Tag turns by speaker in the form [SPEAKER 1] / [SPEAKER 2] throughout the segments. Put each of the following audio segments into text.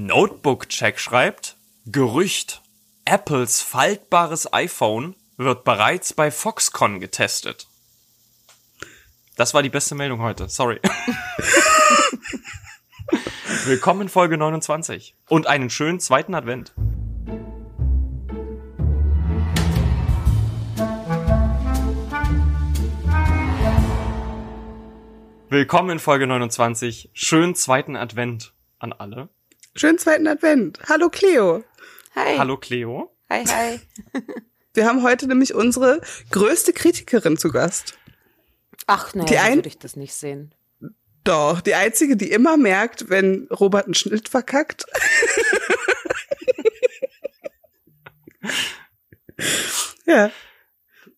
[SPEAKER 1] Notebook-Check schreibt, Gerücht, Apples faltbares iPhone wird bereits bei Foxconn getestet. Das war die beste Meldung heute, sorry. Willkommen in Folge 29 und einen schönen zweiten Advent. Willkommen in Folge 29. Schönen zweiten Advent an alle.
[SPEAKER 2] Schönen zweiten Advent. Hallo Cleo.
[SPEAKER 3] Hi.
[SPEAKER 1] Hallo Cleo.
[SPEAKER 3] Hi, hi.
[SPEAKER 2] Wir haben heute nämlich unsere größte Kritikerin zu Gast.
[SPEAKER 3] Ach nein,
[SPEAKER 2] Die
[SPEAKER 3] so
[SPEAKER 2] ein-
[SPEAKER 3] würde ich das nicht sehen.
[SPEAKER 2] Doch, die einzige, die immer merkt, wenn Robert einen Schnitt verkackt. ja,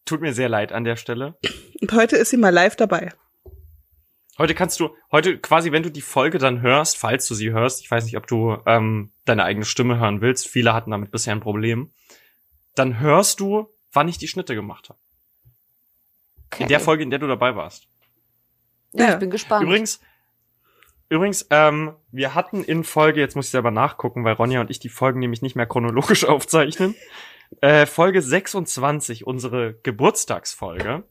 [SPEAKER 1] Tut mir sehr leid an der Stelle.
[SPEAKER 2] und heute ist sie mal live dabei.
[SPEAKER 1] Heute kannst du, heute quasi, wenn du die Folge dann hörst, falls du sie hörst, ich weiß nicht, ob du ähm, deine eigene Stimme hören willst, viele hatten damit bisher ein Problem, dann hörst du, wann ich die Schnitte gemacht habe.
[SPEAKER 3] Okay.
[SPEAKER 1] In der Folge, in der du dabei warst.
[SPEAKER 3] Ja,
[SPEAKER 2] Ja.
[SPEAKER 3] ich bin gespannt.
[SPEAKER 1] Übrigens, übrigens, ähm, wir hatten in Folge, jetzt muss ich selber nachgucken, weil Ronja und ich die Folgen nämlich nicht mehr chronologisch aufzeichnen. Äh, Folge 26, unsere Geburtstagsfolge,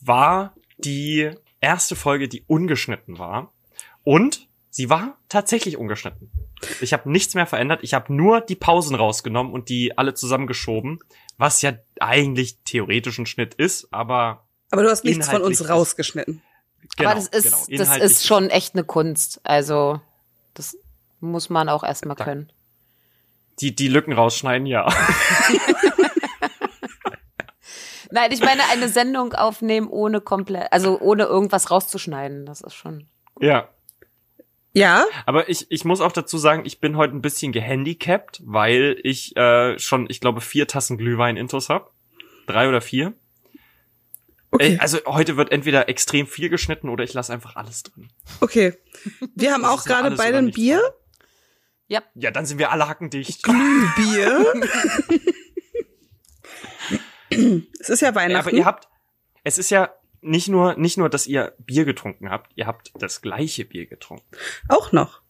[SPEAKER 1] war die erste Folge, die ungeschnitten war. Und sie war tatsächlich ungeschnitten. Ich habe nichts mehr verändert. Ich habe nur die Pausen rausgenommen und die alle zusammengeschoben, was ja eigentlich theoretisch ein Schnitt ist, aber
[SPEAKER 2] Aber du hast nichts von uns
[SPEAKER 1] Inhaltlich-
[SPEAKER 2] rausgeschnitten.
[SPEAKER 1] genau,
[SPEAKER 3] Aber das ist,
[SPEAKER 1] genau,
[SPEAKER 3] das
[SPEAKER 1] inhaltlich
[SPEAKER 3] ist schon echt eine Kunst. Also, das muss man auch erstmal
[SPEAKER 1] Da-
[SPEAKER 3] können.
[SPEAKER 1] Die, die Lücken rausschneiden, ja.
[SPEAKER 3] Nein, ich meine, eine Sendung aufnehmen ohne komplett, also ohne irgendwas rauszuschneiden, das ist schon.
[SPEAKER 1] ja.
[SPEAKER 2] Ja,
[SPEAKER 1] Aber ich, ich muss auch dazu sagen, ich bin heute ein bisschen gehandicapt, weil ich äh, schon, ich glaube, vier Tassen Glühwein-Intos hab Drei oder vier.
[SPEAKER 2] okay.
[SPEAKER 1] Äh, also heute wird entweder extrem viel geschnitten oder ich lasse einfach alles drin.
[SPEAKER 2] okay. Wir haben
[SPEAKER 1] Das
[SPEAKER 2] auch
[SPEAKER 1] ist ja
[SPEAKER 2] gerade
[SPEAKER 1] alles
[SPEAKER 2] beide
[SPEAKER 1] oder
[SPEAKER 2] ein
[SPEAKER 1] nichts.
[SPEAKER 2] Bier.
[SPEAKER 3] Ja,
[SPEAKER 1] Ja, dann sind wir alle hackendicht.
[SPEAKER 2] Bier. es ist ja
[SPEAKER 1] Äh,
[SPEAKER 2] Weihnachten.
[SPEAKER 1] Aber ihr habt, es ist ja nicht nur, nicht nur, dass ihr Bier getrunken habt, ihr habt das gleiche Bier getrunken.
[SPEAKER 2] auch noch.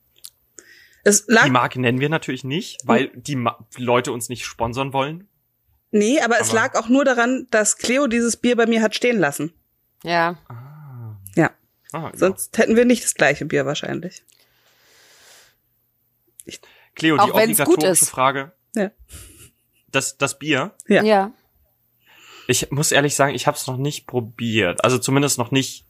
[SPEAKER 2] Es lag
[SPEAKER 1] Die Marke nennen wir natürlich nicht, weil
[SPEAKER 2] Hm.
[SPEAKER 1] die Ma Leute uns nicht sponsern wollen.
[SPEAKER 2] Nee, aber es
[SPEAKER 1] Aber-
[SPEAKER 2] lag auch nur daran, dass Cleo dieses Bier bei mir hat stehen lassen.
[SPEAKER 3] ja.
[SPEAKER 1] Ah.
[SPEAKER 2] Ja.
[SPEAKER 1] Ah, ja.
[SPEAKER 2] Sonst hätten wir nicht das gleiche Bier wahrscheinlich.
[SPEAKER 1] Cleo, die
[SPEAKER 3] Auch wenn's gut
[SPEAKER 1] obligatorische
[SPEAKER 3] ist.
[SPEAKER 1] Frage.
[SPEAKER 2] Ja.
[SPEAKER 1] Das, das Bier.
[SPEAKER 2] Ja.
[SPEAKER 3] Ja.
[SPEAKER 1] Ich muss ehrlich sagen, ich habe es noch nicht probiert. Also zumindest noch nicht.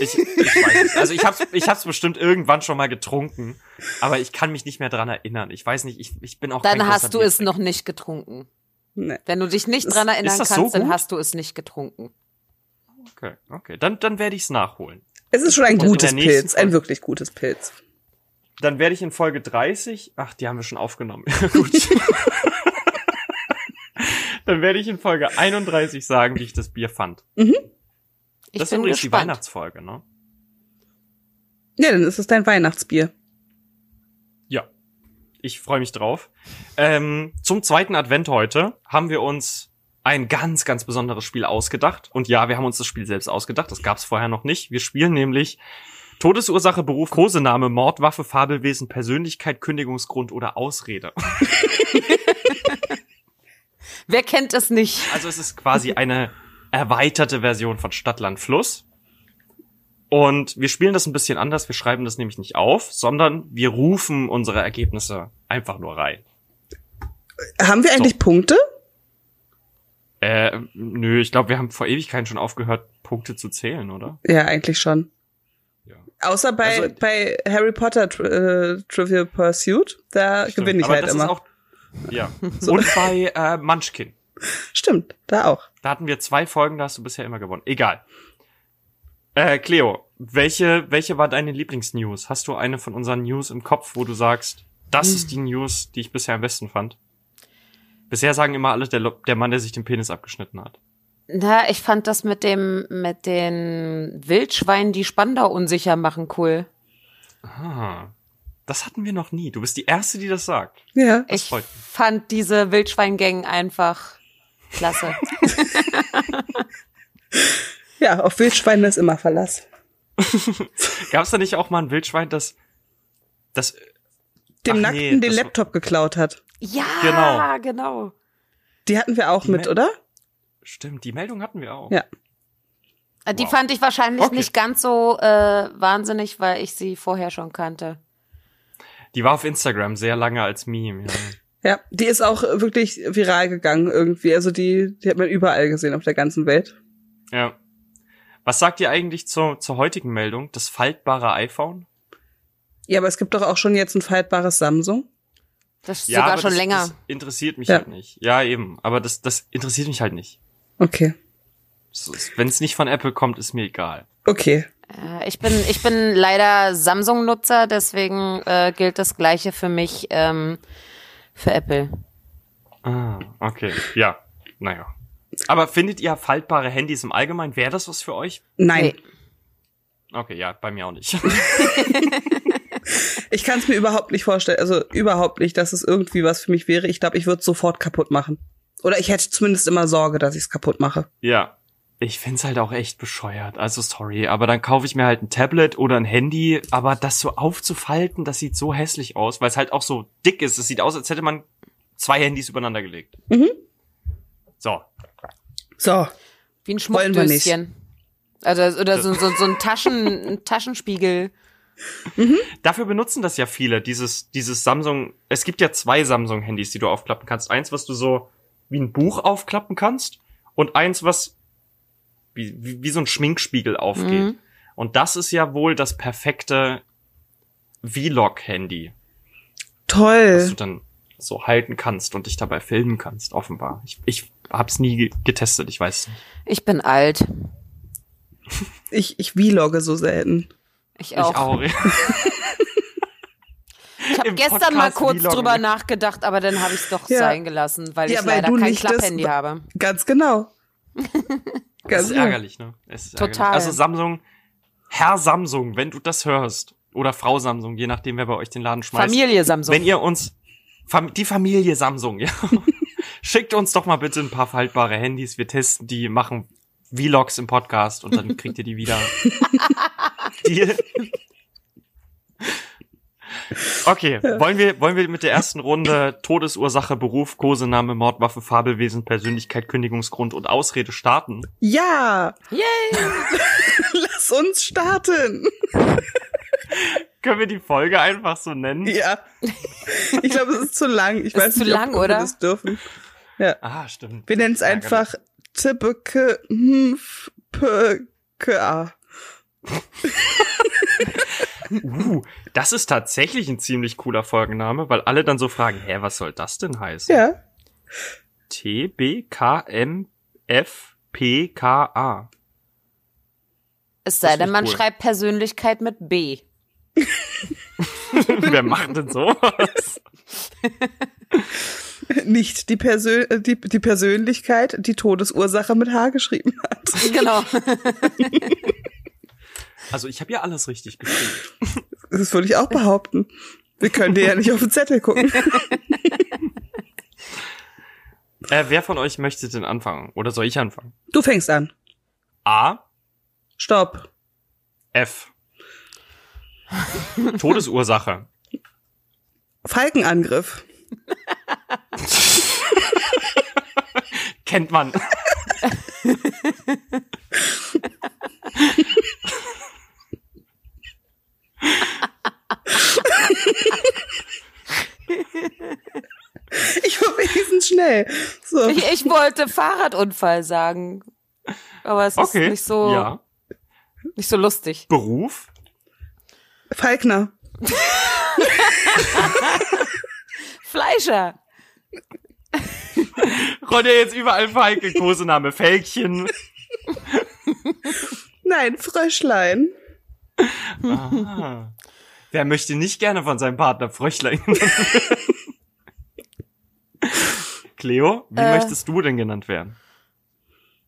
[SPEAKER 1] Ich, ich weiß nicht. Also ich habe ich hab's bestimmt irgendwann schon mal getrunken, aber ich kann mich nicht mehr dran erinnern. Ich weiß nicht, ich, ich bin auch
[SPEAKER 3] Dann
[SPEAKER 1] kein
[SPEAKER 3] hast
[SPEAKER 1] großer
[SPEAKER 3] du es
[SPEAKER 1] Biertrinker.
[SPEAKER 3] noch nicht getrunken.
[SPEAKER 2] Nee.
[SPEAKER 3] Wenn du dich nicht
[SPEAKER 2] Ist-
[SPEAKER 3] dran
[SPEAKER 1] ist
[SPEAKER 3] erinnern
[SPEAKER 1] das
[SPEAKER 3] kannst,
[SPEAKER 1] so
[SPEAKER 3] dann
[SPEAKER 1] gut?
[SPEAKER 3] hast du es nicht getrunken.
[SPEAKER 1] Okay, okay. Dann, dann werde ich es nachholen.
[SPEAKER 2] Es ist schon ein
[SPEAKER 1] Und in
[SPEAKER 2] gutes
[SPEAKER 1] der nächsten
[SPEAKER 2] Pilz, ein
[SPEAKER 1] Folge-
[SPEAKER 2] wirklich gutes Pilz.
[SPEAKER 1] Dann werde ich in Folge 30, ach, die haben wir schon aufgenommen. Gut. dann werde ich in Folge 31 sagen, wie ich das Bier fand.
[SPEAKER 3] Ich
[SPEAKER 1] das ist
[SPEAKER 3] bin
[SPEAKER 1] übrigens die
[SPEAKER 3] gespannt.
[SPEAKER 1] Weihnachtsfolge, ne?
[SPEAKER 2] Ja, dann ist es dein Weihnachtsbier.
[SPEAKER 1] Ja, ich freue mich drauf. Ähm, zum zweiten Advent heute haben wir uns ein ganz, ganz besonderes Spiel ausgedacht. Und ja, wir haben uns das Spiel selbst ausgedacht. Das gab es vorher noch nicht. Wir spielen nämlich Todesursache, Beruf, Kosename, Mord, Waffe, Fabelwesen, Persönlichkeit, Kündigungsgrund oder Ausrede.
[SPEAKER 3] Wer kennt es nicht?
[SPEAKER 1] Also es ist quasi eine erweiterte Version von Stadtland Fluss. Und wir spielen das ein bisschen anders. Wir schreiben das nämlich nicht auf, sondern wir rufen unsere Ergebnisse einfach nur rein.
[SPEAKER 2] Haben wir eigentlich Punkte?
[SPEAKER 1] Äh, nö, ich glaube, wir haben vor Ewigkeiten schon aufgehört, Punkte zu zählen, oder?
[SPEAKER 2] Ja, eigentlich schon.
[SPEAKER 1] Ja.
[SPEAKER 2] Außer bei,
[SPEAKER 1] Also-
[SPEAKER 2] bei Harry Potter tri äh, Trivial Pursuit, da gewinne ich
[SPEAKER 1] Aber
[SPEAKER 2] halt
[SPEAKER 1] das
[SPEAKER 2] immer.
[SPEAKER 1] Ist auch, ja. Und bei äh, Munchkin.
[SPEAKER 2] Stimmt, da auch.
[SPEAKER 1] Da hatten wir zwei Folgen, da hast du bisher immer gewonnen. Egal. Äh, Cleo, welche, welche war deine Lieblingsnews? Hast du eine von unseren News im Kopf, wo du sagst, das ist die News, die ich bisher am besten fand? Bisher sagen immer alle, der, Lo- der Mann, der sich den Penis abgeschnitten hat.
[SPEAKER 3] Na, ich fand das mit dem, mit den Wildschweinen, die Spandau unsicher machen, cool.
[SPEAKER 1] Ah, das hatten wir noch nie. Du bist die Erste, die das sagt.
[SPEAKER 2] Ja.
[SPEAKER 3] Ich
[SPEAKER 1] freut
[SPEAKER 3] fand diese Wildschweingang einfach klasse.
[SPEAKER 2] Ja, auf Wildschweine ist immer Verlass.
[SPEAKER 1] Gab es da nicht auch mal ein Wildschwein, das, das Ach
[SPEAKER 2] dem
[SPEAKER 1] nee,
[SPEAKER 2] Nackten den
[SPEAKER 1] das-
[SPEAKER 2] Laptop geklaut hat.
[SPEAKER 3] Ja,
[SPEAKER 1] Genau.
[SPEAKER 3] genau. genau.
[SPEAKER 2] Die hatten wir auch
[SPEAKER 1] Die
[SPEAKER 2] mit,
[SPEAKER 1] Me-
[SPEAKER 2] oder?
[SPEAKER 1] Stimmt, die Meldung hatten wir auch.
[SPEAKER 2] Ja.
[SPEAKER 3] Äh, Die
[SPEAKER 1] Wow.
[SPEAKER 3] fand ich wahrscheinlich
[SPEAKER 1] Okay.
[SPEAKER 3] nicht ganz so äh, wahnsinnig, weil ich sie vorher schon kannte.
[SPEAKER 1] Die war auf Instagram sehr lange als Meme. Ja.
[SPEAKER 2] Ja, die ist auch wirklich viral gegangen irgendwie. Also die, die hat man überall gesehen auf der ganzen Welt.
[SPEAKER 1] Ja. Was sagt ihr eigentlich zur, zur heutigen Meldung? Das faltbare iPhone?
[SPEAKER 2] Ja, aber es gibt doch auch schon jetzt ein faltbares Samsung.
[SPEAKER 3] Das ist
[SPEAKER 1] aber
[SPEAKER 3] sogar schon
[SPEAKER 1] das,
[SPEAKER 3] länger.
[SPEAKER 1] Das interessiert mich
[SPEAKER 2] Ja.
[SPEAKER 1] halt nicht. Ja, eben. Aber das, das interessiert mich halt nicht.
[SPEAKER 2] Okay.
[SPEAKER 1] Wenn es nicht von Apple kommt, ist mir egal.
[SPEAKER 2] Okay.
[SPEAKER 3] Äh, Ich bin, ich bin leider Samsung-Nutzer, deswegen äh, gilt das Gleiche für mich ähm, für Apple.
[SPEAKER 1] Ah, okay. Ja, naja. Aber findet ihr faltbare Handys im Allgemeinen? Wäre das was für euch?
[SPEAKER 2] Nein.
[SPEAKER 3] Nee.
[SPEAKER 1] Okay, ja, bei mir auch nicht.
[SPEAKER 2] Ich kann es mir überhaupt nicht vorstellen. Also überhaupt nicht, dass es irgendwie was für mich wäre. Ich glaube, ich würde sofort kaputt machen. Oder ich hätte zumindest immer Sorge, dass ich es kaputt mache.
[SPEAKER 1] ja. Ich find's halt auch echt bescheuert. Also sorry, aber dann kaufe ich mir halt ein Tablet oder ein Handy, aber das so aufzufalten, das sieht so hässlich aus, weil es halt auch so dick ist. Es sieht aus, als hätte man zwei Handys übereinander gelegt.
[SPEAKER 2] Mhm.
[SPEAKER 1] So,
[SPEAKER 2] So.
[SPEAKER 3] Wie ein
[SPEAKER 2] Wollen wir nicht.
[SPEAKER 3] Schmuckdöschen. Also, oder so, so, so ein, Taschen, ein Taschenspiegel.
[SPEAKER 1] Dafür benutzen das ja viele, dieses, dieses Samsung. Es gibt ja zwei Samsung-Handys, die du aufklappen kannst. Eins, was du so wie ein Buch aufklappen kannst und eins, was wie, wie, wie so ein Schminkspiegel aufgeht.
[SPEAKER 3] Mhm.
[SPEAKER 1] Und das ist ja wohl das perfekte Vlog-Handy, das
[SPEAKER 2] Toll.
[SPEAKER 3] Äh.
[SPEAKER 1] du dann so halten kannst und dich dabei filmen kannst, offenbar. Ich, ich hab's nie ge- getestet, ich weiß nicht.
[SPEAKER 3] Ich bin alt.
[SPEAKER 2] Ich, ich vlogge so selten.
[SPEAKER 3] Ich auch. Ich, habe
[SPEAKER 1] Im
[SPEAKER 3] gestern
[SPEAKER 1] Podcast ne?
[SPEAKER 3] mal kurz
[SPEAKER 1] Vloggen.
[SPEAKER 3] drüber nachgedacht, aber dann habe ich es doch
[SPEAKER 2] Ja.
[SPEAKER 3] sein gelassen, weil
[SPEAKER 2] Ja,
[SPEAKER 3] ich
[SPEAKER 2] weil
[SPEAKER 3] leider
[SPEAKER 2] du
[SPEAKER 3] kein
[SPEAKER 2] nicht das-
[SPEAKER 3] Klapphandy habe.
[SPEAKER 2] Ganz genau.
[SPEAKER 1] Das
[SPEAKER 2] Ganz
[SPEAKER 1] ist
[SPEAKER 2] genau.
[SPEAKER 1] ärgerlich, ne? Es ist
[SPEAKER 3] Total.
[SPEAKER 1] Ärgerlich. Also Samsung, Herr Samsung, wenn du das hörst, oder Frau Samsung, je nachdem, wer bei euch den Laden schmeißt.
[SPEAKER 3] Familie Samsung.
[SPEAKER 1] Wenn ihr uns, Fam die Familie Samsung, ja. Schickt uns doch mal bitte ein paar faltbare Handys. Wir testen die, machen Vlogs im Podcast und dann kriegt ihr die wieder. Deal? Okay, wollen wir, wollen wir mit der ersten Runde Todesursache, Beruf, Kosename, Mordwaffe, Fabelwesen, Persönlichkeit, Kündigungsgrund und Ausrede starten?
[SPEAKER 2] Ja,
[SPEAKER 3] Yay!
[SPEAKER 2] lass uns starten.
[SPEAKER 1] Können wir die Folge einfach so nennen?
[SPEAKER 2] Ja. Ich glaube, es ist zu lang. Ich
[SPEAKER 3] Ist
[SPEAKER 2] weiß
[SPEAKER 3] zu
[SPEAKER 2] nicht,
[SPEAKER 3] lang,
[SPEAKER 2] ob, ob
[SPEAKER 3] oder?
[SPEAKER 2] wir das dürfen.
[SPEAKER 1] Ah, stimmt.
[SPEAKER 2] Wir nennen es einfach Tippeke PKA.
[SPEAKER 1] Uh, das ist tatsächlich ein ziemlich cooler Folgenname, weil alle dann so fragen, hä, was soll das denn heißen?
[SPEAKER 2] Ja.
[SPEAKER 1] T, B, K, M, F, P, K, A.
[SPEAKER 3] Es
[SPEAKER 1] Das
[SPEAKER 3] sei
[SPEAKER 1] ist
[SPEAKER 3] denn,
[SPEAKER 1] nicht
[SPEAKER 3] man
[SPEAKER 1] cool.
[SPEAKER 3] schreibt Persönlichkeit mit B.
[SPEAKER 1] Wer macht denn sowas?
[SPEAKER 2] Nicht die, Persön äh, die, die Persönlichkeit, die Todesursache mit H geschrieben hat.
[SPEAKER 3] Genau.
[SPEAKER 1] Also ich habe ja alles richtig geschrieben.
[SPEAKER 2] Das würde ich auch behaupten. Wir können dir ja nicht auf den Zettel gucken.
[SPEAKER 1] Äh, wer von euch möchte denn anfangen? Oder soll ich anfangen?
[SPEAKER 2] Du fängst an.
[SPEAKER 1] A,
[SPEAKER 2] Stopp.
[SPEAKER 1] F. Todesursache.
[SPEAKER 2] Falkenangriff.
[SPEAKER 1] Kennt man.
[SPEAKER 2] Ich war wenigstens schnell. So.
[SPEAKER 3] Ich, ich wollte Fahrradunfall sagen. Aber es
[SPEAKER 1] Okay.
[SPEAKER 3] ist nicht so,
[SPEAKER 1] Ja.
[SPEAKER 3] nicht so lustig.
[SPEAKER 1] Beruf?
[SPEAKER 2] Falkner.
[SPEAKER 3] Fleischer.
[SPEAKER 1] Rollt ihr jetzt überall Feige, Kosename, Fälkchen.
[SPEAKER 2] Nein, Fröschlein.
[SPEAKER 1] Ah. Wer möchte nicht gerne von seinem Partner Fröschlein genannt werden? Cleo, wie
[SPEAKER 3] Äh.
[SPEAKER 1] möchtest du denn genannt werden?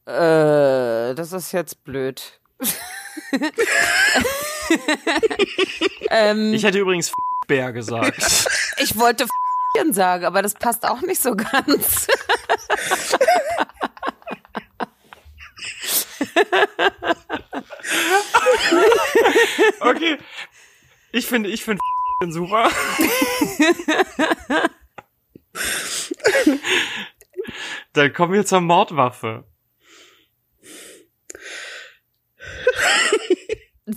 [SPEAKER 3] Äh, das ist jetzt blöd. ähm,
[SPEAKER 1] Ich hätte übrigens Bär gesagt.
[SPEAKER 3] ich wollte Fchen sagen, aber das passt auch nicht so ganz.
[SPEAKER 1] Okay. Ich finde, ich finde super. Dann kommen wir zur Mordwaffe.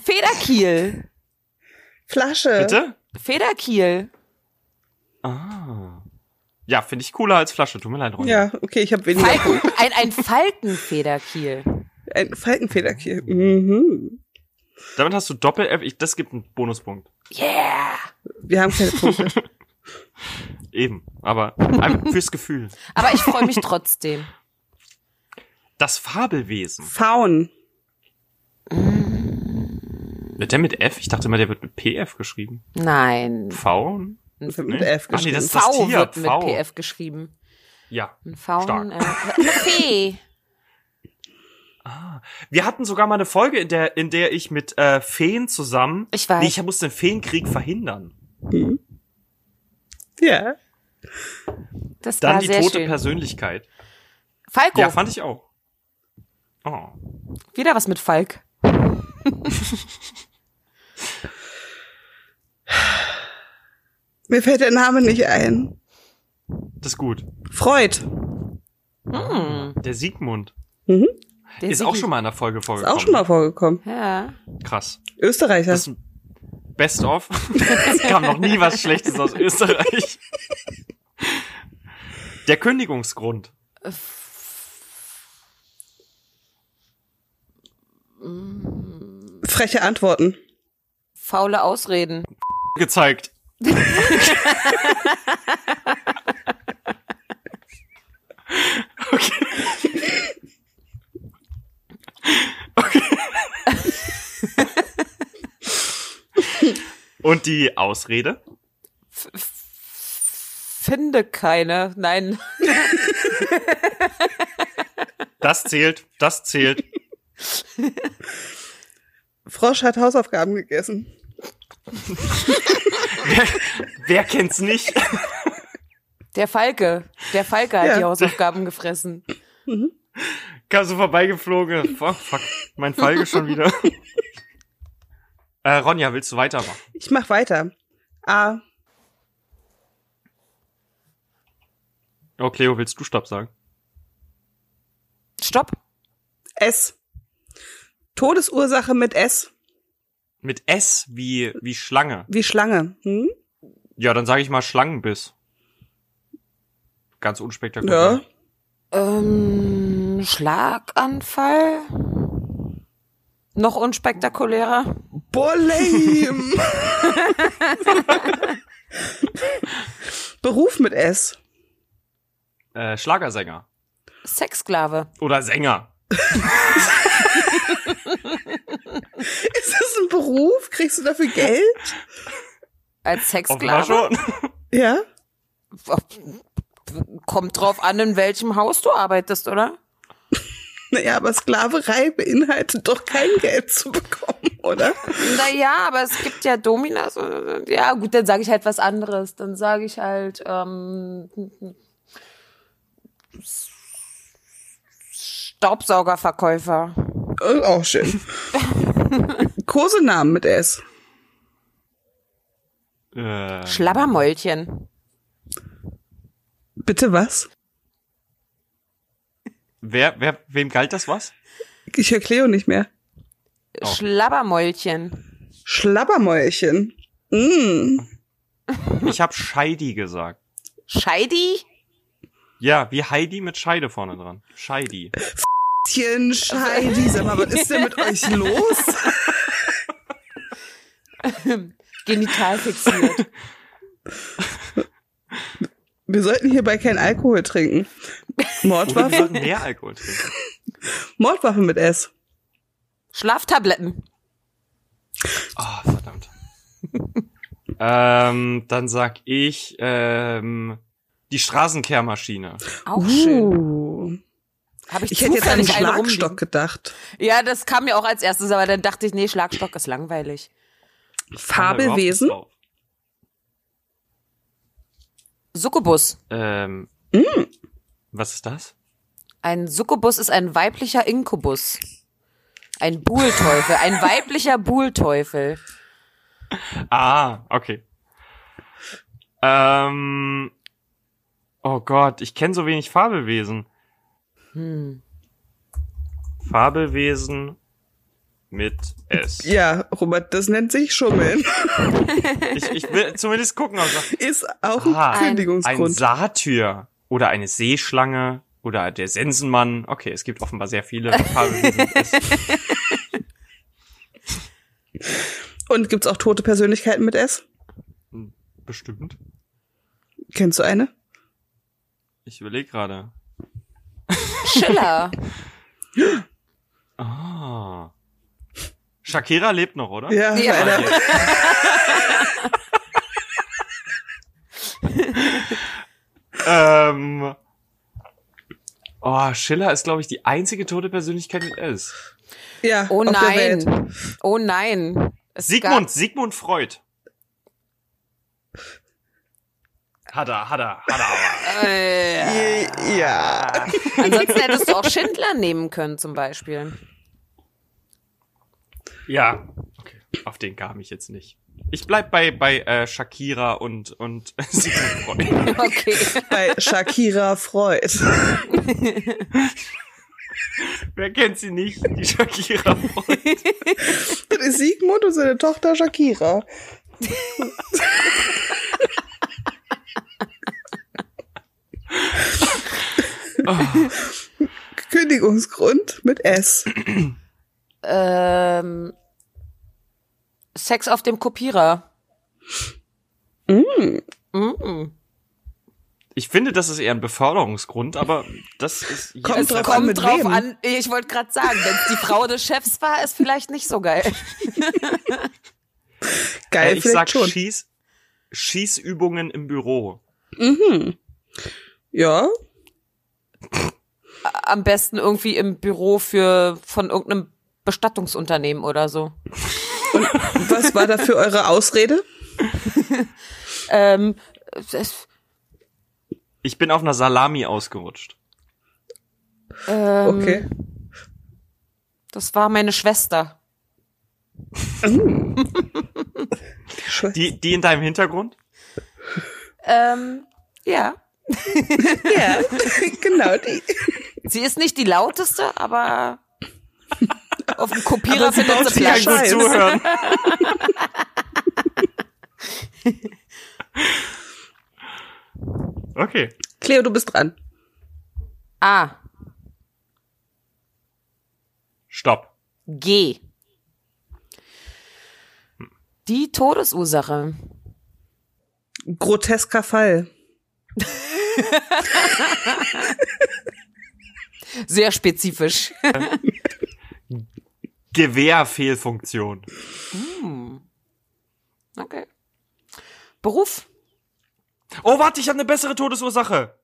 [SPEAKER 3] Federkiel.
[SPEAKER 2] Flasche.
[SPEAKER 1] Bitte?
[SPEAKER 3] Federkiel.
[SPEAKER 1] Ah. Ja, finde ich cooler als Flasche. Tut mir leid, Ronja.
[SPEAKER 2] Ja, okay, ich habe weniger.
[SPEAKER 3] Falken, ein, ein Falkenfederkiel.
[SPEAKER 2] Ein Falkenfederkiel. Mhm.
[SPEAKER 1] Damit hast du Doppel-F. Ich- Das gibt einen Bonuspunkt.
[SPEAKER 3] Yeah.
[SPEAKER 2] Wir haben keine Punkte.
[SPEAKER 1] Eben. Aber einfach fürs Gefühl.
[SPEAKER 3] Aber ich freue mich trotzdem.
[SPEAKER 1] Das Fabelwesen.
[SPEAKER 2] Faun.
[SPEAKER 1] Wird der mit F? Ich dachte immer, der wird mit PF geschrieben.
[SPEAKER 3] Nein.
[SPEAKER 1] V?
[SPEAKER 2] Das wird mit F
[SPEAKER 1] Ach ne? Ah, nee, das
[SPEAKER 2] geschrieben.
[SPEAKER 1] ist das
[SPEAKER 3] V
[SPEAKER 1] Tier.
[SPEAKER 3] wird mit
[SPEAKER 1] V.
[SPEAKER 3] PF geschrieben.
[SPEAKER 1] Ja.
[SPEAKER 3] Ein Faun.
[SPEAKER 1] Stark.
[SPEAKER 3] Äh, eine Fee.
[SPEAKER 1] Wir hatten sogar mal eine Folge, in der, in der ich mit äh, Feen zusammen.
[SPEAKER 3] Ich weiß.
[SPEAKER 1] Nee, ich musste den Feenkrieg verhindern.
[SPEAKER 2] Mhm. Ja.
[SPEAKER 3] Das
[SPEAKER 1] Dann
[SPEAKER 3] war
[SPEAKER 1] die
[SPEAKER 3] sehr
[SPEAKER 1] tote
[SPEAKER 3] schön.
[SPEAKER 1] Persönlichkeit.
[SPEAKER 3] Falco.
[SPEAKER 1] Ja, fand ich auch. Oh.
[SPEAKER 3] Wieder was mit Falk.
[SPEAKER 2] Mir fällt der Name nicht ein.
[SPEAKER 1] Das ist gut.
[SPEAKER 2] Freud.
[SPEAKER 3] Hm.
[SPEAKER 1] Der Siegmund
[SPEAKER 2] Mhm.
[SPEAKER 3] Der
[SPEAKER 1] ist
[SPEAKER 3] Sigi.
[SPEAKER 1] auch schon mal in der Folge
[SPEAKER 2] Ist
[SPEAKER 1] vorgekommen.
[SPEAKER 2] auch schon mal vorgekommen.
[SPEAKER 3] Ja.
[SPEAKER 1] Krass.
[SPEAKER 2] Österreicher.
[SPEAKER 1] Das ist Best of. es kam noch nie was Schlechtes aus Österreich. Der Kündigungsgrund.
[SPEAKER 2] Freche Antworten.
[SPEAKER 3] Faule Ausreden.
[SPEAKER 1] Gezeigt. okay. Okay. Und die Ausrede?
[SPEAKER 3] Finde keine. Nein.
[SPEAKER 1] Das zählt, das zählt.
[SPEAKER 2] Frosch hat Hausaufgaben gegessen.
[SPEAKER 1] Wer kennt's nicht?
[SPEAKER 3] Der Falke. Der Falke hat
[SPEAKER 2] Ja.
[SPEAKER 3] die Hausaufgaben gefressen.
[SPEAKER 1] Kam so vorbeigeflogen. Fuck, fuck, mein Falge schon wieder. Äh, Ronja, willst du weitermachen?
[SPEAKER 2] Ich mach weiter. A.
[SPEAKER 1] Oh, Cleo, willst du Stopp sagen?
[SPEAKER 3] Stopp.
[SPEAKER 2] S. Todesursache mit S.
[SPEAKER 1] Mit S wie, wie Schlange.
[SPEAKER 2] Wie Schlange. Hm?
[SPEAKER 1] Ja, dann sage ich mal Schlangenbiss. Ganz unspektakulär.
[SPEAKER 2] Ja.
[SPEAKER 3] Ähm, Schlaganfall. Noch unspektakulärer.
[SPEAKER 2] Boah, lame. Beruf mit S.
[SPEAKER 1] Äh, Schlagersänger.
[SPEAKER 3] Sexsklave.
[SPEAKER 1] Oder Sänger.
[SPEAKER 2] Ist das ein Beruf? Kriegst du dafür Geld?
[SPEAKER 3] Als
[SPEAKER 1] Offenbar
[SPEAKER 3] Sexsklave.
[SPEAKER 1] schon.
[SPEAKER 2] Ja.
[SPEAKER 3] Kommt drauf an, in welchem Haus du arbeitest, oder?
[SPEAKER 2] Naja, aber Sklaverei beinhaltet doch kein Geld zu bekommen, oder?
[SPEAKER 3] Naja, aber es gibt ja Dominas. und- Ja, gut, dann sage ich halt was anderes. Dann sage ich halt, ähm, Staubsaugerverkäufer.
[SPEAKER 2] Äh, Auch schön. Kosenamen mit S.
[SPEAKER 1] Äh,
[SPEAKER 3] Schlabbermäulchen.
[SPEAKER 2] Bitte was?
[SPEAKER 1] wer, wer, wem galt das was?
[SPEAKER 2] Ich höre Cleo nicht mehr.
[SPEAKER 1] Oh.
[SPEAKER 3] Schlabbermäulchen.
[SPEAKER 2] Schlabbermäulchen. Mm.
[SPEAKER 1] Ich habe Scheidi gesagt.
[SPEAKER 3] Scheidi?
[SPEAKER 1] Ja, wie Heidi mit Scheide vorne dran. Scheidi.
[SPEAKER 2] Tchen, Scheidi, sag mal, was ist denn mit euch los?
[SPEAKER 3] Genital fixiert.
[SPEAKER 2] Wir sollten hierbei keinen Alkohol trinken.
[SPEAKER 1] Oder wir
[SPEAKER 2] Mordwaffe?
[SPEAKER 1] sollten mehr Alkohol trinken.
[SPEAKER 2] Mordwaffe mit S.
[SPEAKER 3] Schlaftabletten.
[SPEAKER 1] Ah, verdammt. ähm, dann sag ich ähm, die Straßenkehrmaschine.
[SPEAKER 3] Auch schön.
[SPEAKER 2] Uh.
[SPEAKER 3] Habe ich,
[SPEAKER 2] Ich hätte jetzt an den
[SPEAKER 3] zufällig eine
[SPEAKER 2] Schlagstock
[SPEAKER 3] rumliegen.
[SPEAKER 2] gedacht.
[SPEAKER 3] Ja, das kam mir auch als erstes, aber dann dachte ich, nee, Schlagstock ist langweilig.
[SPEAKER 2] Fabelwesen?
[SPEAKER 1] Kam
[SPEAKER 3] Succubus.
[SPEAKER 1] da überhaupt nicht drauf. Ähm, Was ist das?
[SPEAKER 3] Ein Succubus ist ein weiblicher Inkubus. Ein Buhlteufel, ein weiblicher Buhlteufel.
[SPEAKER 1] Ah, okay. Ähm, oh Gott, ich kenne so wenig Fabelwesen.
[SPEAKER 3] Hm.
[SPEAKER 1] Fabelwesen mit S.
[SPEAKER 2] Ja, Robert, das nennt sich Schummeln.
[SPEAKER 1] Ich, ich will zumindest gucken, ob
[SPEAKER 2] Ist auch ein
[SPEAKER 1] Ah, ein- ein
[SPEAKER 2] Kündigungsgrund.
[SPEAKER 1] Satyr oder eine Seeschlange oder der Sensenmann. Okay, es gibt offenbar sehr viele Fabelwesen. mit S.
[SPEAKER 2] Und gibt's auch tote Persönlichkeiten mit S?
[SPEAKER 1] Bestimmt.
[SPEAKER 2] Kennst du eine?
[SPEAKER 1] Ich überlege gerade.
[SPEAKER 3] Schiller.
[SPEAKER 1] Ah. Shakira lebt noch, oder?
[SPEAKER 2] Ja,
[SPEAKER 3] Ja.
[SPEAKER 2] leider.
[SPEAKER 1] ähm. Oh, Schiller ist, glaube ich, die einzige tote Persönlichkeit mit S.
[SPEAKER 2] Ja,
[SPEAKER 3] Oh
[SPEAKER 2] auf Der Welt.
[SPEAKER 3] nein. Oh nein. Es
[SPEAKER 1] Sigmund, Sigmund Freud. Hat er, hat er, hat er aber.
[SPEAKER 3] Gab, äh,
[SPEAKER 2] Ja.
[SPEAKER 1] Ah.
[SPEAKER 3] ansonsten hättest du auch Schindler nehmen können zum Beispiel.
[SPEAKER 1] Ja. Okay. Auf den kam ich jetzt nicht. Ich bleib bei, bei äh, Shakira und, und Sigmund Freud.
[SPEAKER 3] Okay.
[SPEAKER 2] Bei Shakira Freud.
[SPEAKER 1] Wer kennt sie nicht? Die Shakira Freud.
[SPEAKER 2] Das ist Sigmund und seine Tochter Shakira.
[SPEAKER 1] Oh.
[SPEAKER 2] Kündigungsgrund mit S.
[SPEAKER 3] ähm, Sex auf dem Kopierer. Mm. Mm.
[SPEAKER 1] Ich finde, das ist eher ein Beförderungsgrund, aber das ist
[SPEAKER 2] Kommt
[SPEAKER 1] jedes-
[SPEAKER 2] drauf an,
[SPEAKER 3] Kommt
[SPEAKER 2] mit
[SPEAKER 3] drauf
[SPEAKER 2] wem?
[SPEAKER 3] an. Ich wollte gerade sagen, wenn es die Frau des Chefs war, ist vielleicht nicht so geil.
[SPEAKER 1] Äh,
[SPEAKER 2] Geil,
[SPEAKER 1] ich
[SPEAKER 2] vielleicht
[SPEAKER 1] sag
[SPEAKER 2] schon.
[SPEAKER 1] Schieß, Schießübungen im Büro.
[SPEAKER 2] Ja,
[SPEAKER 3] Am besten irgendwie im Büro für von irgendeinem Bestattungsunternehmen oder so.
[SPEAKER 2] was war da für eure Ausrede?
[SPEAKER 3] Ähm, es,
[SPEAKER 1] Ich bin auf einer Salami ausgerutscht.
[SPEAKER 3] ähm,
[SPEAKER 2] Okay.
[SPEAKER 3] Das war meine Schwester.
[SPEAKER 2] Schwe-
[SPEAKER 1] Die, die in deinem Hintergrund?
[SPEAKER 3] Ähm, ja.
[SPEAKER 2] Ja, genau die.
[SPEAKER 3] Sie ist nicht die lauteste, aber auf dem Kopierer
[SPEAKER 2] Aber sie baut
[SPEAKER 3] findet sie
[SPEAKER 2] sich halt
[SPEAKER 1] Kann
[SPEAKER 2] ein
[SPEAKER 3] Flaschen.
[SPEAKER 1] gut
[SPEAKER 2] Scheiß.
[SPEAKER 1] zuhören. okay.
[SPEAKER 2] Cleo, du bist dran.
[SPEAKER 3] A.
[SPEAKER 1] Stopp.
[SPEAKER 3] G. Die Todesursache.
[SPEAKER 2] Grotesker Fall.
[SPEAKER 3] Sehr spezifisch.
[SPEAKER 1] Gewehrfehlfunktion.
[SPEAKER 3] Okay. Beruf.
[SPEAKER 1] Oh, warte, ich habe eine bessere Todesursache.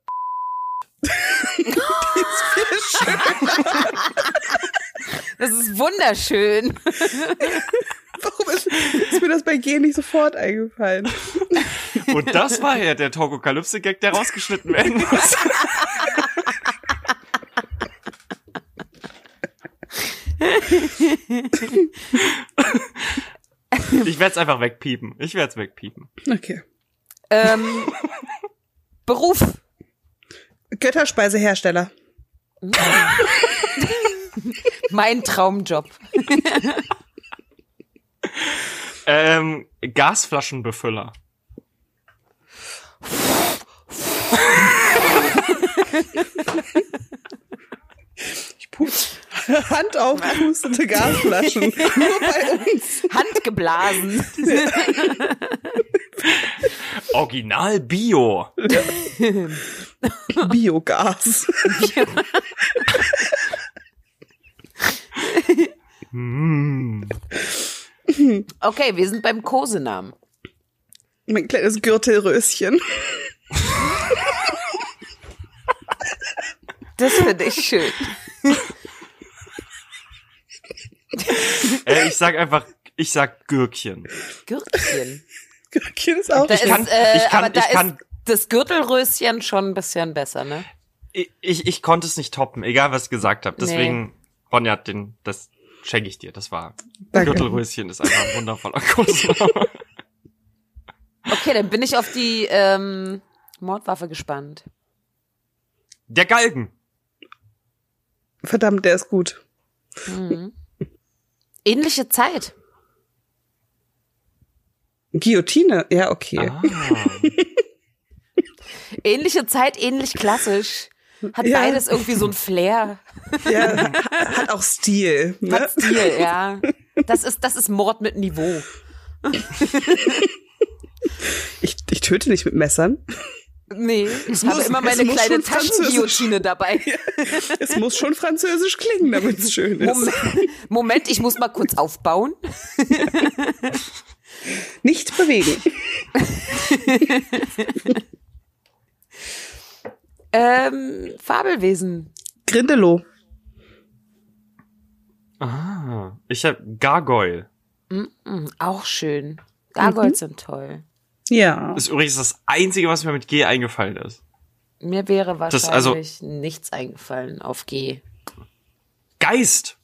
[SPEAKER 3] Das ist wunderschön.
[SPEAKER 2] Warum ist, ist mir das bei G nicht sofort eingefallen?
[SPEAKER 1] Und das war ja der Tokokalypse-Gag, der rausgeschnitten werden muss. Ich werde es einfach wegpiepen. Ich werde es wegpiepen.
[SPEAKER 2] Okay.
[SPEAKER 3] Ähm, Beruf.
[SPEAKER 2] Götterspeisehersteller.
[SPEAKER 3] Mein Traumjob.
[SPEAKER 1] Ähm, Gasflaschenbefüller.
[SPEAKER 2] Ich puste. Hand aufgepustete Gasflaschen. Nur bei uns.
[SPEAKER 3] Handgeblasen.
[SPEAKER 1] Original Bio.
[SPEAKER 2] Biogas.
[SPEAKER 1] Mm.
[SPEAKER 3] Okay, wir sind beim Kosenamen.
[SPEAKER 2] Mein kleines Gürtelröschen.
[SPEAKER 3] Das finde ich schön.
[SPEAKER 1] Äh, ich sag einfach, ich sag Gürkchen.
[SPEAKER 3] Gürkchen.
[SPEAKER 2] Gürkchen ist auch.
[SPEAKER 3] Da
[SPEAKER 1] Ich kann-
[SPEAKER 3] ist, äh,
[SPEAKER 1] ich kann-
[SPEAKER 3] aber da
[SPEAKER 1] ich kann-
[SPEAKER 3] ist das Gürtelröschen schon ein bisschen besser, ne?
[SPEAKER 1] Ich, ich, ich konnte es nicht toppen, egal was ich gesagt habe. Deswegen, Ronja, den, das schenke ich dir. Das war
[SPEAKER 2] Danke.
[SPEAKER 1] Gürtelröschen ist einfach ein wundervoller Kuss.
[SPEAKER 3] Okay, dann bin ich auf die ähm, Mordwaffe gespannt.
[SPEAKER 1] Der Galgen.
[SPEAKER 2] Verdammt, der ist gut.
[SPEAKER 3] Mhm. Ähnliche Zeit.
[SPEAKER 2] Guillotine, ja, okay.
[SPEAKER 1] Ah.
[SPEAKER 3] Ähnliche Zeit, ähnlich klassisch. Hat
[SPEAKER 2] Ja.
[SPEAKER 3] beides irgendwie so ein Flair.
[SPEAKER 2] Ja, hat hat auch Stil. Ne?
[SPEAKER 3] Hat Stil, ja. Das ist, das ist Mord mit Niveau.
[SPEAKER 2] Ich, ich töte nicht mit Messern.
[SPEAKER 3] Nee, ich habe
[SPEAKER 2] muss-
[SPEAKER 3] immer
[SPEAKER 2] es
[SPEAKER 3] meine
[SPEAKER 2] muss
[SPEAKER 3] kleine
[SPEAKER 2] schon französisch-
[SPEAKER 3] Taschenguillotine dabei.
[SPEAKER 2] Es muss schon französisch klingen, damit es schön ist.
[SPEAKER 3] Moment, Moment, ich muss mal kurz aufbauen.
[SPEAKER 2] Nicht bewegen.
[SPEAKER 3] Ähm, Fabelwesen.
[SPEAKER 2] Grindelow.
[SPEAKER 1] ah. Ich hab Gargoyle.
[SPEAKER 3] Mhm, auch schön. Gargoyles
[SPEAKER 2] Mhm.
[SPEAKER 3] sind toll.
[SPEAKER 2] Ja.
[SPEAKER 1] Ist übrigens das einzige, was mir mit G eingefallen ist.
[SPEAKER 3] Mir wäre
[SPEAKER 1] Das-
[SPEAKER 3] wahrscheinlich
[SPEAKER 1] also-
[SPEAKER 3] nichts eingefallen auf G.
[SPEAKER 1] Geist.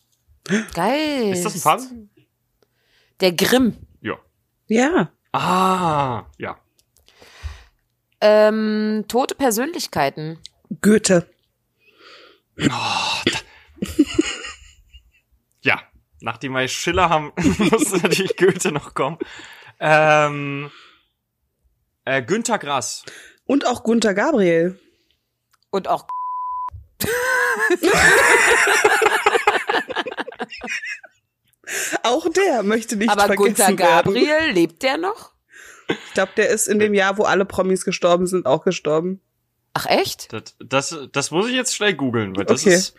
[SPEAKER 3] Geil.
[SPEAKER 1] Ist das ein Fass?
[SPEAKER 3] Der Grimm.
[SPEAKER 1] Ja.
[SPEAKER 2] Ja.
[SPEAKER 1] Ah, ja.
[SPEAKER 3] Ähm, tote Persönlichkeiten.
[SPEAKER 2] Goethe.
[SPEAKER 1] Ja. Nachdem wir Schiller haben, musste natürlich Goethe noch kommen. Ähm, äh, Günther Grass.
[SPEAKER 2] Und auch Gunther Gabriel.
[SPEAKER 3] Und auch.
[SPEAKER 2] Auch der möchte nicht
[SPEAKER 3] aber
[SPEAKER 2] vergessen
[SPEAKER 3] Gunther
[SPEAKER 2] werden.
[SPEAKER 3] Gabriel, lebt der noch?
[SPEAKER 2] Ich glaube, der ist in dem Jahr, wo alle Promis gestorben sind, auch gestorben.
[SPEAKER 3] Ach, echt?
[SPEAKER 1] Das, das, das muss ich jetzt schnell googeln, weil das
[SPEAKER 2] Okay.
[SPEAKER 1] ist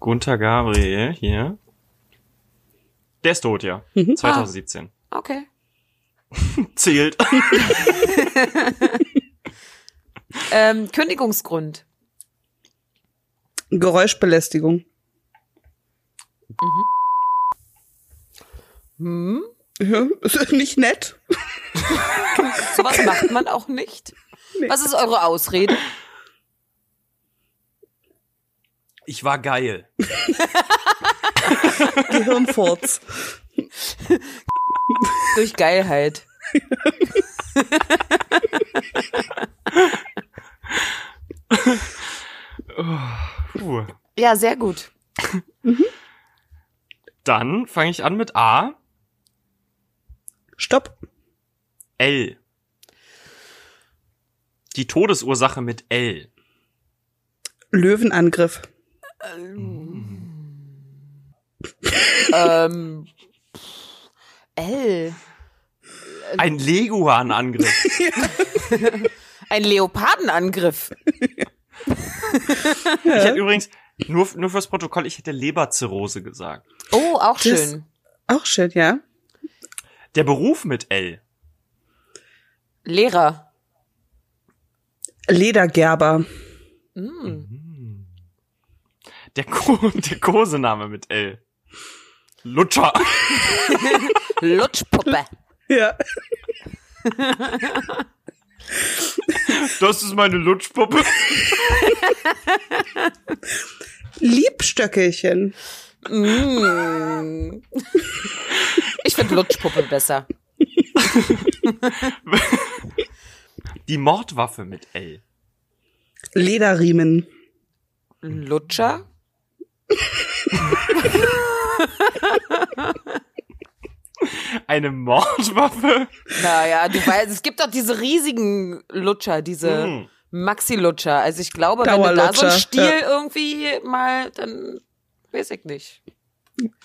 [SPEAKER 1] Gunther Gabriel hier. Der ist tot, ja. 2017.
[SPEAKER 3] Okay.
[SPEAKER 1] Ah. Zählt.
[SPEAKER 3] Ähm, Kündigungsgrund.
[SPEAKER 2] Geräuschbelästigung.
[SPEAKER 3] Hm?
[SPEAKER 2] Ja, ist nicht nett.
[SPEAKER 3] Sowas macht man auch nicht.
[SPEAKER 2] Nee.
[SPEAKER 3] Was ist eure Ausrede?
[SPEAKER 1] Ich war geil.
[SPEAKER 2] Gehirnfurz.
[SPEAKER 3] Durch Geilheit.
[SPEAKER 1] Puh.
[SPEAKER 3] Ja, sehr gut.
[SPEAKER 1] Dann fange ich an mit A.
[SPEAKER 2] Stopp.
[SPEAKER 1] L. Die Todesursache mit L.
[SPEAKER 2] Löwenangriff.
[SPEAKER 3] ähm, L.
[SPEAKER 1] Ein Leguan-Angriff.
[SPEAKER 3] Ein Leopardenangriff.
[SPEAKER 1] Ich hätte übrigens, nur, nur fürs Protokoll, ich hätte Leberzirrhose gesagt.
[SPEAKER 3] Oh, auch
[SPEAKER 2] Das-
[SPEAKER 3] schön.
[SPEAKER 2] Auch shit, ja.
[SPEAKER 1] Der Beruf mit L.
[SPEAKER 3] Lehrer.
[SPEAKER 2] Ledergerber.
[SPEAKER 3] Hm.
[SPEAKER 1] Der, Ko der Kosename mit L. Lutscher.
[SPEAKER 3] Lutschpuppe.
[SPEAKER 2] Ja.
[SPEAKER 1] Das ist meine Lutschpuppe.
[SPEAKER 2] Liebstöckelchen.
[SPEAKER 3] Mm. Ich finde Lutschpuppe besser.
[SPEAKER 1] Die Mordwaffe mit L.
[SPEAKER 2] Lederriemen.
[SPEAKER 3] Lutscher?
[SPEAKER 1] Eine Mordwaffe.
[SPEAKER 3] Naja, du weißt, es gibt doch diese riesigen Lutscher,
[SPEAKER 2] Mm.
[SPEAKER 3] diese
[SPEAKER 1] Hm.
[SPEAKER 3] Maxi-Lutscher. Also ich glaube, wenn du da so
[SPEAKER 2] Dauerlutscher,
[SPEAKER 3] einen Stil
[SPEAKER 2] ja.
[SPEAKER 3] irgendwie mal, dann weiß ich nicht.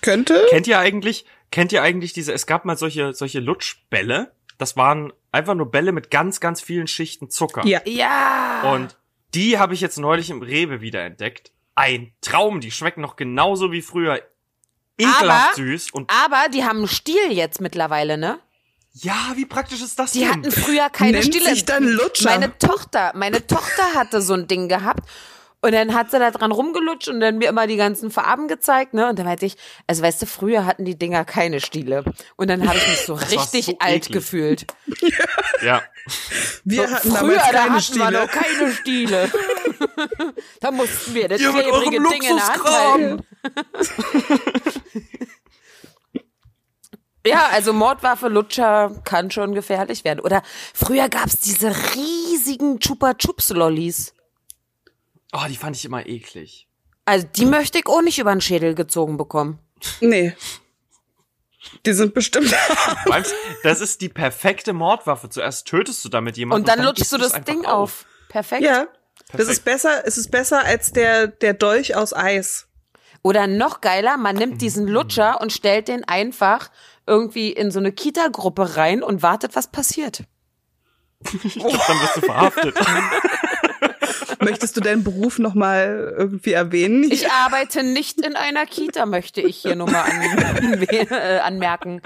[SPEAKER 2] Könnte?
[SPEAKER 1] Kennt ihr eigentlich, kennt ihr eigentlich diese, es gab mal solche, solche Lutschbälle. Das waren einfach nur Bälle mit ganz, ganz vielen Schichten Zucker.
[SPEAKER 2] Ja.
[SPEAKER 3] Ja.
[SPEAKER 1] Und die habe ich jetzt neulich im Rewe wiederentdeckt. Ein Traum, die schmecken noch genauso wie früher. Ekelhaft
[SPEAKER 3] Aber-
[SPEAKER 1] süß. Und
[SPEAKER 3] aber die haben einen Stil jetzt mittlerweile, ne?
[SPEAKER 1] ja, wie praktisch ist das
[SPEAKER 3] Die
[SPEAKER 1] denn?
[SPEAKER 3] hatten früher keine
[SPEAKER 2] Nennt
[SPEAKER 3] Stille.
[SPEAKER 2] sich dann Lutscher.
[SPEAKER 3] Meine Tochter, meine Tochter hatte so ein Ding gehabt. Und dann hat sie da dran rumgelutscht und dann mir immer die ganzen Farben gezeigt, ne? Und dann meinte ich, also weißt du, früher hatten die Dinger keine Stiele. Und dann habe ich mich so
[SPEAKER 1] war
[SPEAKER 3] richtig
[SPEAKER 1] so
[SPEAKER 3] alt
[SPEAKER 1] eklig.
[SPEAKER 3] gefühlt.
[SPEAKER 1] ja.
[SPEAKER 2] Wir
[SPEAKER 3] So,
[SPEAKER 2] hatten
[SPEAKER 3] früher,
[SPEAKER 2] damals
[SPEAKER 3] da
[SPEAKER 2] keine
[SPEAKER 3] hatten wir
[SPEAKER 2] Stile.
[SPEAKER 3] noch keine Stiele. da mussten wir das
[SPEAKER 1] Ihr mit
[SPEAKER 3] klebrige
[SPEAKER 1] eurem
[SPEAKER 3] Ding in der Hand
[SPEAKER 1] Luxuskram.
[SPEAKER 3] halten. Ja, also Mordwaffe, Lutscher kann schon gefährlich werden. Oder früher gab's diese riesigen Chupa Chups Lollis.
[SPEAKER 1] Oh, die fand ich immer eklig.
[SPEAKER 3] Also die möchte ich auch nicht über den Schädel gezogen bekommen.
[SPEAKER 2] Nee. Die sind bestimmt.
[SPEAKER 1] Vor allem, Das ist die perfekte Mordwaffe. Zuerst tötest du damit jemanden.
[SPEAKER 3] Und dann
[SPEAKER 1] gibst
[SPEAKER 3] lutschst du
[SPEAKER 1] du's
[SPEAKER 3] das
[SPEAKER 1] einfach
[SPEAKER 3] Ding auf. Perfekt.
[SPEAKER 2] ja. Das
[SPEAKER 1] Perfekt.
[SPEAKER 2] ist besser, es ist besser als der, der Dolch aus Eis.
[SPEAKER 3] Oder noch geiler, man
[SPEAKER 2] Mhm.
[SPEAKER 3] nimmt diesen Lutscher und stellt den einfach irgendwie in so eine Kita-Gruppe rein und wartet, was passiert.
[SPEAKER 1] Ich glaub, dann wirst du verhaftet.
[SPEAKER 2] Möchtest du deinen Beruf nochmal irgendwie erwähnen?
[SPEAKER 3] Ich arbeite nicht in einer Kita, möchte ich hier nur mal an, äh, anmerken.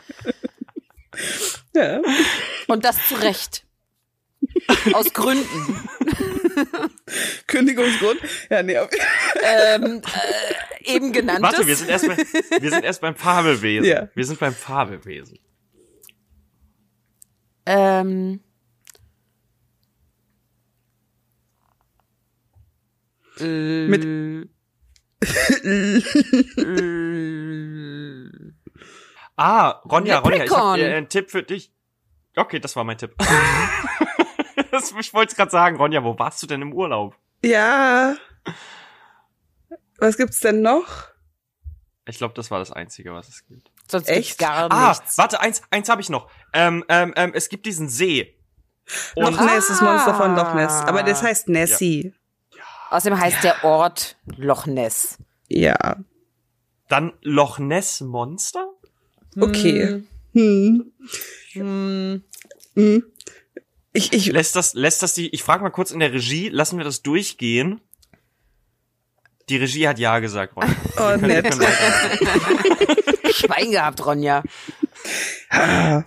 [SPEAKER 2] ja.
[SPEAKER 3] Und das zu Recht. Aus Gründen.
[SPEAKER 2] Kündigungsgrund? Ja, nee. auf-
[SPEAKER 3] Ähm, äh, eben genanntes.
[SPEAKER 1] Warte, wir sind erst, bei, wir sind erst beim Fabelwesen.
[SPEAKER 2] Ja.
[SPEAKER 1] Wir sind beim Fabelwesen.
[SPEAKER 3] Ähm. Mit
[SPEAKER 1] Ah, Ronja, Ronja, ich
[SPEAKER 3] Leprechaun.
[SPEAKER 1] habe äh, einen Tipp für dich. Okay, das war mein Tipp. das, ich wollte es gerade sagen, Ronja, wo warst du denn im Urlaub?
[SPEAKER 2] Ja. Was gibt's denn noch?
[SPEAKER 1] Ich glaube, das war das Einzige, was es gibt.
[SPEAKER 3] sonst
[SPEAKER 2] Echt?
[SPEAKER 3] echt gar
[SPEAKER 1] Ah,
[SPEAKER 3] nichts.
[SPEAKER 1] warte, eins, eins habe ich noch. Ähm, ähm, ähm, es gibt diesen See.
[SPEAKER 2] Loch
[SPEAKER 1] Und
[SPEAKER 2] Ness, das Monster von Loch Ness. Aber das heißt Nessie.
[SPEAKER 3] Außerdem heißt der Ort Loch Ness.
[SPEAKER 2] Ja.
[SPEAKER 1] dann Loch Ness Monster?
[SPEAKER 2] Okay. Hm.
[SPEAKER 3] Hm.
[SPEAKER 2] Hm. Ich, ich,
[SPEAKER 1] Lässt das, lässt das die, ich frage mal kurz in der Regie, lassen wir das durchgehen? Die Regie hat ja gesagt, Ronja.
[SPEAKER 2] oh, nett.
[SPEAKER 3] Schwein gehabt, Ronja.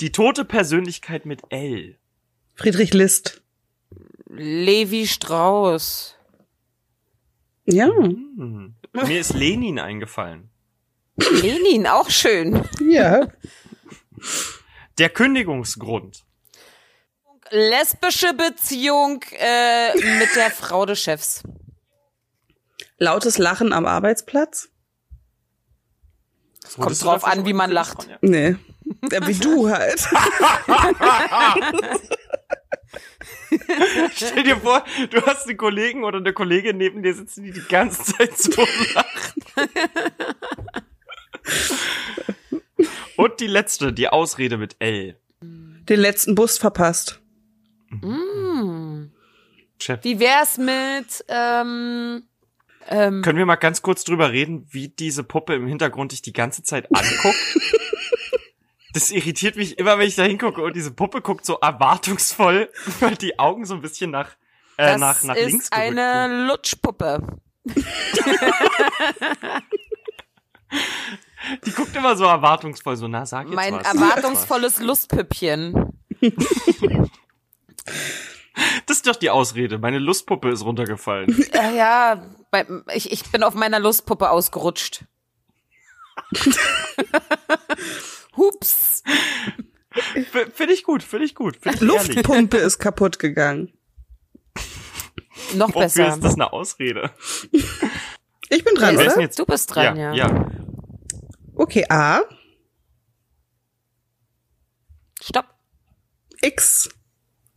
[SPEAKER 1] Die tote Persönlichkeit mit L.
[SPEAKER 2] ah, Friedrich List.
[SPEAKER 3] Levi Strauss.
[SPEAKER 2] Ja.
[SPEAKER 1] Hm. Mir ist Lenin eingefallen.
[SPEAKER 3] Lenin, auch schön.
[SPEAKER 2] Ja.
[SPEAKER 1] Der Kündigungsgrund.
[SPEAKER 3] Lesbische Beziehung äh, mit der Frau des Chefs.
[SPEAKER 2] Lautes Lachen am Arbeitsplatz?
[SPEAKER 1] Das
[SPEAKER 3] kommt drauf an, wie man lacht.
[SPEAKER 2] Nee. Ja, wie du halt.
[SPEAKER 1] Stell dir vor, du hast einen Kollegen oder eine Kollegin neben dir sitzen, die die ganze Zeit so lacht. Und die letzte, die Ausrede mit L.
[SPEAKER 2] Den letzten Bus verpasst.
[SPEAKER 3] Hm.
[SPEAKER 1] Chef,
[SPEAKER 3] Wie wär's mit ähm, ähm,
[SPEAKER 1] können wir mal ganz kurz drüber reden, wie diese Puppe im Hintergrund dich die ganze Zeit anguckt? Das irritiert mich immer, wenn ich da hingucke und diese Puppe guckt so erwartungsvoll, weil die Augen so ein bisschen nach, äh,
[SPEAKER 3] das
[SPEAKER 1] nach, nach
[SPEAKER 3] ist
[SPEAKER 1] links gerückt sind.
[SPEAKER 3] eine Lutschpuppe.
[SPEAKER 1] Die guckt immer so erwartungsvoll, so, na, sag jetzt
[SPEAKER 3] mein
[SPEAKER 1] was.
[SPEAKER 3] erwartungsvolles Lustpüppchen.
[SPEAKER 1] Das ist doch die Ausrede. Meine Lustpuppe ist runtergefallen.
[SPEAKER 3] Äh, ja, bei, ich, ich bin auf meiner Lustpuppe ausgerutscht. Hups.
[SPEAKER 1] F- Finde ich gut, finde ich gut. Find ich ehrlich.
[SPEAKER 2] Luftpumpe ist kaputt gegangen.
[SPEAKER 3] Noch
[SPEAKER 1] Wofür
[SPEAKER 3] besser.
[SPEAKER 1] ist das eine Ausrede?
[SPEAKER 2] Ich bin dran,
[SPEAKER 1] Wer ist
[SPEAKER 2] oder?
[SPEAKER 1] denn jetzt?
[SPEAKER 3] Du bist dran, ja.
[SPEAKER 1] ja.
[SPEAKER 2] Okay, A,
[SPEAKER 3] Stopp.
[SPEAKER 2] X,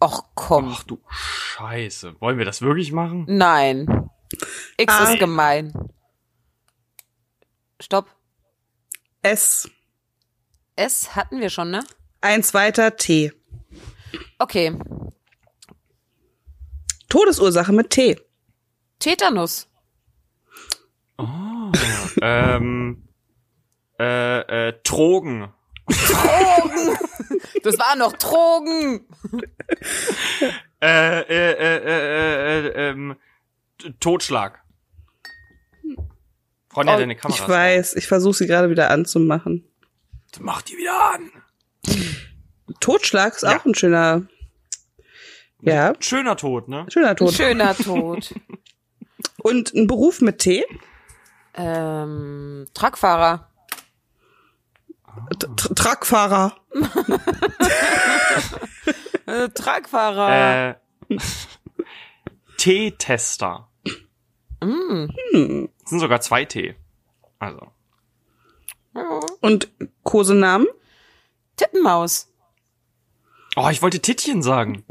[SPEAKER 3] Och komm.
[SPEAKER 1] Ach du Scheiße. Wollen wir das wirklich machen?
[SPEAKER 3] Nein. X
[SPEAKER 2] Ah.
[SPEAKER 3] ist gemein. Stopp.
[SPEAKER 2] S,
[SPEAKER 3] S hatten wir schon, ne?
[SPEAKER 2] eins weiter, T.
[SPEAKER 3] Okay.
[SPEAKER 2] Todesursache mit T.
[SPEAKER 3] Tetanus.
[SPEAKER 1] ähm, äh, äh, Drogen.
[SPEAKER 3] Drogen. Das war noch Drogen.
[SPEAKER 1] Äh, äh, äh, äh, äh, äh, ähm, T- Totschlag. Ronja,
[SPEAKER 3] Oh,
[SPEAKER 1] deine Kamera.
[SPEAKER 2] Ich
[SPEAKER 1] ist
[SPEAKER 2] weiß, ich versuche sie gerade wieder anzumachen.
[SPEAKER 1] aus. Mach die wieder an.
[SPEAKER 2] Totschlag ist
[SPEAKER 1] Ja.
[SPEAKER 2] auch ein schöner, ja,
[SPEAKER 1] Schöner Tod, ne?
[SPEAKER 2] schöner
[SPEAKER 3] Ein
[SPEAKER 2] Tod.
[SPEAKER 3] schöner Tod.
[SPEAKER 2] Und ein Beruf mit T,
[SPEAKER 3] ähm, Truckfahrer.
[SPEAKER 2] T- Tr- Truckfahrer.
[SPEAKER 3] Äh, Truckfahrer.
[SPEAKER 1] Äh, T-Tester.
[SPEAKER 3] Mm.
[SPEAKER 1] Es sind sogar zwei T. Also.
[SPEAKER 2] Und Kosenamen?
[SPEAKER 3] Tittenmaus.
[SPEAKER 1] Oh, ich wollte Tittchen sagen.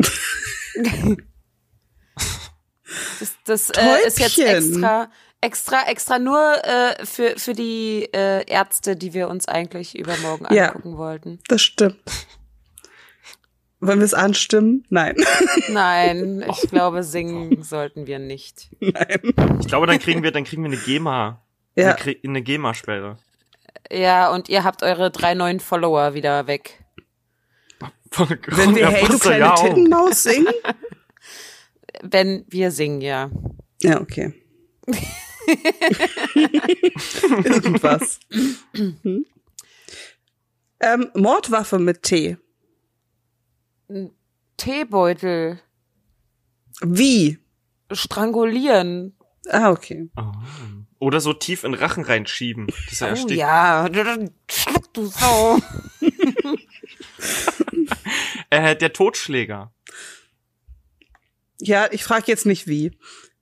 [SPEAKER 3] Das, das äh, ist jetzt
[SPEAKER 2] Täubchen.
[SPEAKER 3] extra, extra, extra nur äh, für, für die äh, Ärzte, die wir uns eigentlich übermorgen
[SPEAKER 2] Ja.
[SPEAKER 3] angucken wollten.
[SPEAKER 2] Das stimmt. Wollen wir es anstimmen? Nein.
[SPEAKER 3] Nein, ich glaube, singen sollten wir nicht.
[SPEAKER 2] Nein.
[SPEAKER 1] Ich glaube, dann kriegen wir, dann kriegen wir eine GEMA.
[SPEAKER 2] Ja.
[SPEAKER 1] Eine, Kri- eine GEMA-Sperre.
[SPEAKER 3] Ja, und ihr habt eure drei neuen Follower wieder weg.
[SPEAKER 2] Wenn wir Hey, du kleine Tittenmaus singen?
[SPEAKER 3] Wenn wir singen, ja.
[SPEAKER 2] Ja, okay. Irgendwas. Hm? Ähm, Mordwaffe mit T.
[SPEAKER 3] Teebeutel,
[SPEAKER 2] Wie?
[SPEAKER 3] strangulieren.
[SPEAKER 2] Ah, okay.
[SPEAKER 1] Oh. Oder so tief in den Rachen reinschieben, dass er
[SPEAKER 3] Oh
[SPEAKER 1] erstickt.
[SPEAKER 3] ja, schluck du Sau.
[SPEAKER 1] Äh, der Totschläger.
[SPEAKER 2] Ja, ich frage jetzt nicht wie.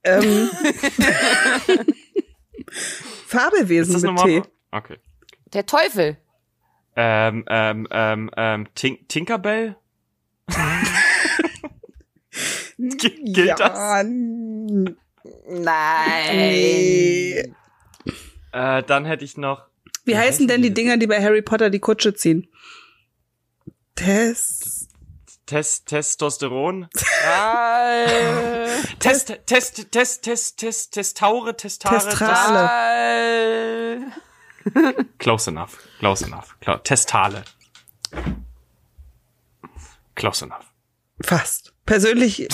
[SPEAKER 2] Ähm,
[SPEAKER 1] Ist
[SPEAKER 2] Fabelwesen
[SPEAKER 1] das
[SPEAKER 2] mit T.
[SPEAKER 1] nochmal? Okay.
[SPEAKER 3] Der Teufel.
[SPEAKER 1] Ähm, ähm, ähm, ähm, Tin Tinkerbell? Gilt das?
[SPEAKER 2] n-
[SPEAKER 3] Nein.
[SPEAKER 2] Nee.
[SPEAKER 1] Äh, dann hätte ich noch.
[SPEAKER 2] Wie
[SPEAKER 1] Wie
[SPEAKER 2] heißen
[SPEAKER 1] heißen
[SPEAKER 2] denn
[SPEAKER 1] die
[SPEAKER 2] die
[SPEAKER 1] denn?
[SPEAKER 2] Dinger, die bei Harry Potter die Kutsche ziehen? Tess.
[SPEAKER 1] Test, Testosteron?
[SPEAKER 3] Al-
[SPEAKER 1] Test, Test, Test, Test, Test, Testaure, Testare.
[SPEAKER 2] Testra-
[SPEAKER 1] Test-
[SPEAKER 3] Al-
[SPEAKER 1] Close enough. Close enough. Cla- Testale. Close enough.
[SPEAKER 2] Fast. Persönlich,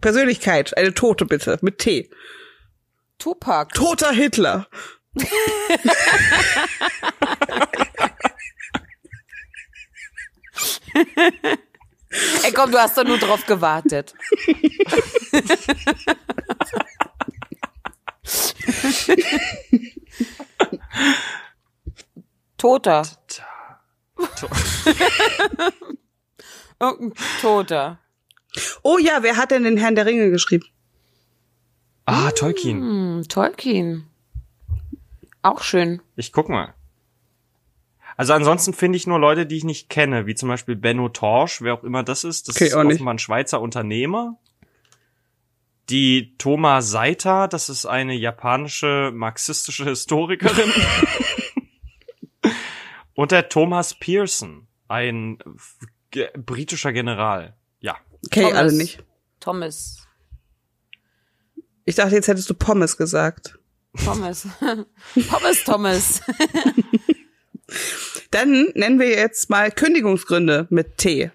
[SPEAKER 2] Persönlichkeit. Eine Tote bitte. Mit T.
[SPEAKER 3] Tupac.
[SPEAKER 2] Toter Hitler.
[SPEAKER 3] Ey, komm, du hast doch nur drauf gewartet. Toter. Irgendein Toter.
[SPEAKER 2] Oh ja, wer hat denn den Herrn der Ringe geschrieben?
[SPEAKER 1] Ah, Tolkien.
[SPEAKER 3] Hm, Tolkien. Auch schön.
[SPEAKER 1] Ich guck mal. Also ansonsten finde ich nur Leute, die ich nicht kenne, wie zum Beispiel Benno Torsch, wer auch immer das ist. Das
[SPEAKER 2] Okay,
[SPEAKER 1] ist
[SPEAKER 2] auch nicht.
[SPEAKER 1] offenbar ein Schweizer Unternehmer. Die Thoma Saita, das ist eine japanische marxistische Historikerin. Und der Thomas Pearson, ein ge- britischer General. Ja.
[SPEAKER 2] Okay,
[SPEAKER 3] Thomas.
[SPEAKER 2] alle nicht.
[SPEAKER 3] Thomas.
[SPEAKER 2] Ich dachte, jetzt hättest du Pommes gesagt.
[SPEAKER 3] Thomas. Thomas, Thomas.
[SPEAKER 2] Dann nennen wir jetzt mal Kündigungsgründe mit T.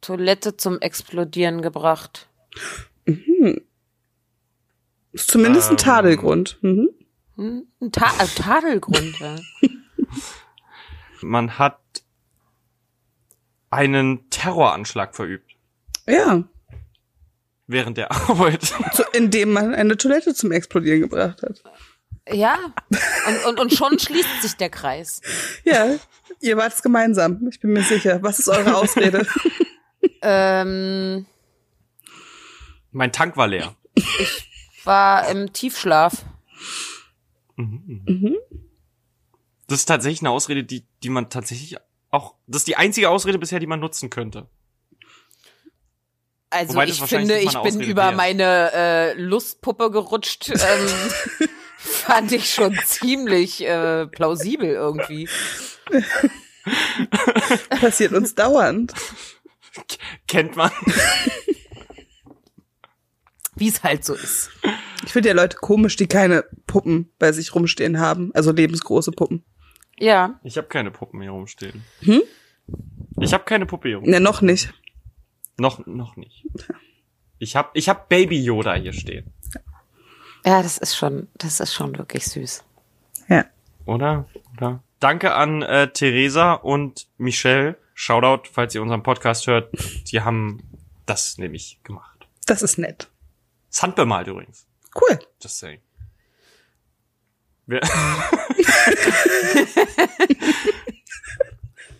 [SPEAKER 3] Toilette zum Explodieren gebracht.
[SPEAKER 2] Ist zumindest ein
[SPEAKER 1] Ähm.
[SPEAKER 2] Tadelgrund. Mhm.
[SPEAKER 3] Hm? Ein Ta äh, Tadelgrund. ja.
[SPEAKER 1] Man hat einen Terroranschlag verübt
[SPEAKER 2] Ja,
[SPEAKER 1] während der Arbeit.
[SPEAKER 2] so, indem man eine Toilette zum Explodieren gebracht hat.
[SPEAKER 3] Ja. Und, und, und schon schließt sich der Kreis.
[SPEAKER 2] Ja, ihr wart's gemeinsam. Ich bin mir sicher. Was ist eure Ausrede?
[SPEAKER 3] Ähm,
[SPEAKER 1] Mein Tank war leer.
[SPEAKER 3] war im Tiefschlaf.
[SPEAKER 1] Mhm, Das ist tatsächlich eine Ausrede, die, die man tatsächlich auch, das ist die einzige Ausrede bisher, die man nutzen könnte.
[SPEAKER 3] Also
[SPEAKER 1] Wobei das
[SPEAKER 3] ich
[SPEAKER 1] wahrscheinlich
[SPEAKER 3] finde,
[SPEAKER 1] nicht
[SPEAKER 3] ich
[SPEAKER 1] mal eine
[SPEAKER 3] bin
[SPEAKER 1] Ausrede
[SPEAKER 3] über
[SPEAKER 1] wäre.
[SPEAKER 3] meine äh, Lustpuppe gerutscht. Ähm, fand ich schon ziemlich äh, plausibel irgendwie.
[SPEAKER 2] Passiert uns dauernd.
[SPEAKER 1] Kennt man?
[SPEAKER 3] Wie es halt so ist.
[SPEAKER 2] Ich finde ja Leute komisch, die keine Puppen bei sich rumstehen haben. Also lebensgroße Puppen.
[SPEAKER 3] Ja.
[SPEAKER 1] Ich habe keine Puppen hier rumstehen. Ich habe keine Puppe hier rum.
[SPEAKER 2] Ne, noch nicht.
[SPEAKER 1] Noch, noch nicht. Ich habe ich hab Baby Yoda hier stehen,
[SPEAKER 3] Ja, das ist schon, das ist schon wirklich süß.
[SPEAKER 2] Ja.
[SPEAKER 1] oder? oder? Danke an äh, Theresa und Michelle. Shoutout, falls ihr unseren Podcast hört. Die haben das nämlich gemacht.
[SPEAKER 2] Das ist nett.
[SPEAKER 1] Ist handbemalt übrigens.
[SPEAKER 2] Cool.
[SPEAKER 1] Just saying. Wer,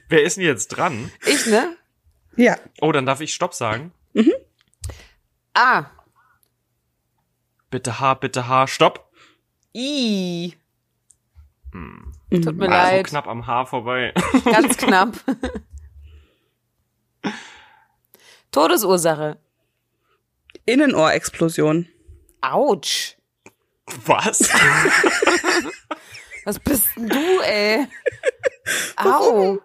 [SPEAKER 1] Wer ist denn jetzt dran?
[SPEAKER 3] Ich, ne?
[SPEAKER 2] Ja.
[SPEAKER 1] Oh, dann darf ich Stopp sagen.
[SPEAKER 3] Ah.
[SPEAKER 1] Bitte H, bitte H, Stopp.
[SPEAKER 3] I. Tut mir
[SPEAKER 1] Also
[SPEAKER 3] leid.
[SPEAKER 1] knapp am Also H vorbei.
[SPEAKER 3] Ganz knapp. Todesursache.
[SPEAKER 2] Innenohrexplosion.
[SPEAKER 3] Autsch.
[SPEAKER 1] Was?
[SPEAKER 3] Was bist denn du, ey? Au.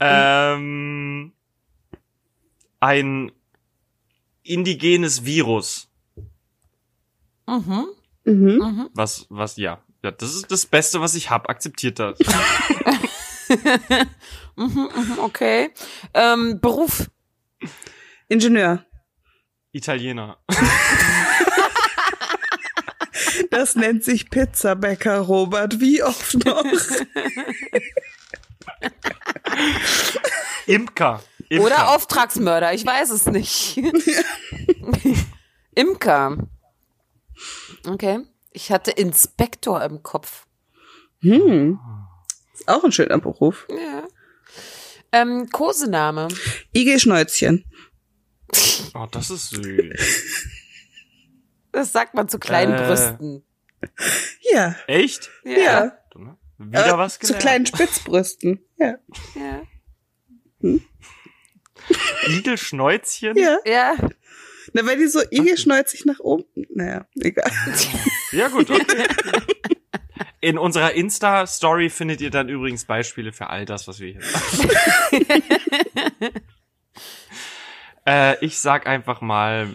[SPEAKER 1] ähm, ein indigenes Virus.
[SPEAKER 3] Mhm.
[SPEAKER 2] Mhm.
[SPEAKER 1] Was, was, ja. ja das ist das Beste, was ich hab. Akzeptiert das.
[SPEAKER 3] Mhm, mhm, okay. Ähm, Beruf.
[SPEAKER 2] Ingenieur.
[SPEAKER 1] Italiener.
[SPEAKER 2] Das nennt sich Pizzabäcker, Robert. Wie oft noch?
[SPEAKER 1] Imker. Imker.
[SPEAKER 3] Oder Auftragsmörder. Ich weiß es nicht. Imker. Okay. Ich hatte Inspektor im Kopf.
[SPEAKER 2] Hm. Ist auch ein schöner Beruf.
[SPEAKER 3] Ja. Ähm, Kosename.
[SPEAKER 2] IG Schnäuzchen.
[SPEAKER 1] Oh, das ist süß.
[SPEAKER 3] Das sagt man zu kleinen
[SPEAKER 1] Äh.
[SPEAKER 3] Brüsten.
[SPEAKER 2] Ja.
[SPEAKER 1] Echt?
[SPEAKER 2] Ja.
[SPEAKER 1] Wieder
[SPEAKER 2] Äh,
[SPEAKER 1] was
[SPEAKER 2] Zu
[SPEAKER 1] gelernt.
[SPEAKER 2] kleinen Spitzbrüsten. Ja.
[SPEAKER 3] Ja.
[SPEAKER 1] Igelschnäuzchen?
[SPEAKER 2] Ja.
[SPEAKER 3] ja.
[SPEAKER 2] Na, weil die so IG schnäuzig nach oben. Naja, egal.
[SPEAKER 1] Ja, gut. Okay. In unserer Insta-Story findet ihr dann übrigens Beispiele für all das, was wir hier sagen. äh, ich sag einfach mal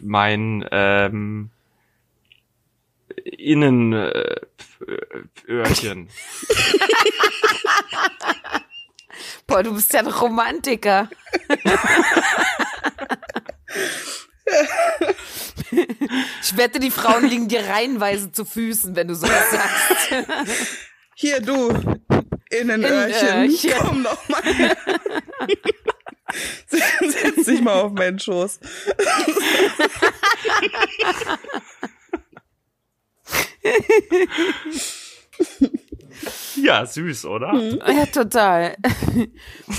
[SPEAKER 1] mein ähm, äh, Innenöhrchen.
[SPEAKER 3] Boah, du bist ja ein Romantiker. Ich wette, die Frauen liegen dir reihenweise zu Füßen, wenn du sowas sagst.
[SPEAKER 2] Hier, du. Innenöhrchen.
[SPEAKER 3] Innenöhrchen.
[SPEAKER 2] Komm noch mal. her. Setz dich mal auf meinen Schoß.
[SPEAKER 1] ja, süß, oder?
[SPEAKER 2] Mhm.
[SPEAKER 3] Ja, total.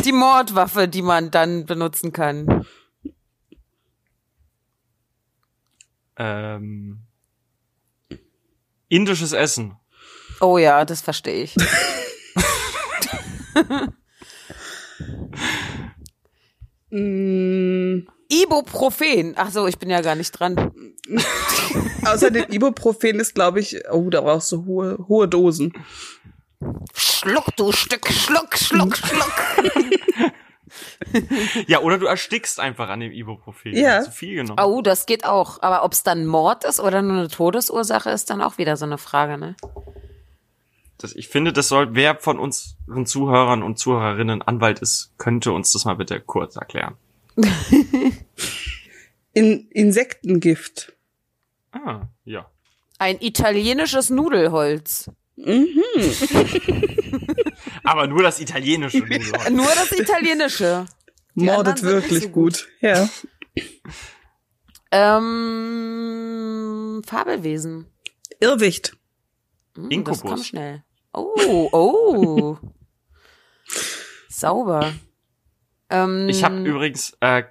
[SPEAKER 3] Die Mordwaffe, die man dann benutzen kann.
[SPEAKER 1] Ähm, indisches Essen.
[SPEAKER 3] Oh ja, das verstehe ich.
[SPEAKER 2] Mm,
[SPEAKER 3] Ibuprofen. Ach so, ich bin ja gar nicht dran.
[SPEAKER 2] außer dem Ibuprofen ist, glaube ich, oh, da brauchst du hohe, hohe Dosen.
[SPEAKER 3] Schluck, du Stück, schluck, schluck, schluck.
[SPEAKER 1] Ja, oder du erstickst einfach an dem Ibuprofen.
[SPEAKER 2] Ja.
[SPEAKER 1] Zu viel genommen.
[SPEAKER 3] Oh, das geht auch. Aber ob es dann Mord ist oder nur eine Todesursache, ist dann auch wieder so eine Frage, ne?
[SPEAKER 1] Das, ich finde, das soll, wer von unseren Zuhörern und Zuhörerinnen Anwalt ist, könnte uns das mal bitte kurz erklären.
[SPEAKER 2] In Insektengift.
[SPEAKER 1] Ah, ja.
[SPEAKER 3] Ein italienisches Nudelholz. Mhm.
[SPEAKER 1] Aber nur das italienische Nudelholz.
[SPEAKER 3] Nur das italienische. Die anderen
[SPEAKER 2] Mordet
[SPEAKER 3] sind nicht
[SPEAKER 2] wirklich
[SPEAKER 3] so
[SPEAKER 2] gut. Ja.
[SPEAKER 3] Ähm, Fabelwesen.
[SPEAKER 2] Irrwicht.
[SPEAKER 3] Hm,
[SPEAKER 1] Inkubus.
[SPEAKER 3] Das kam schnell. Oh, oh. Sauber. Ähm,
[SPEAKER 1] Ich habe übrigens äh,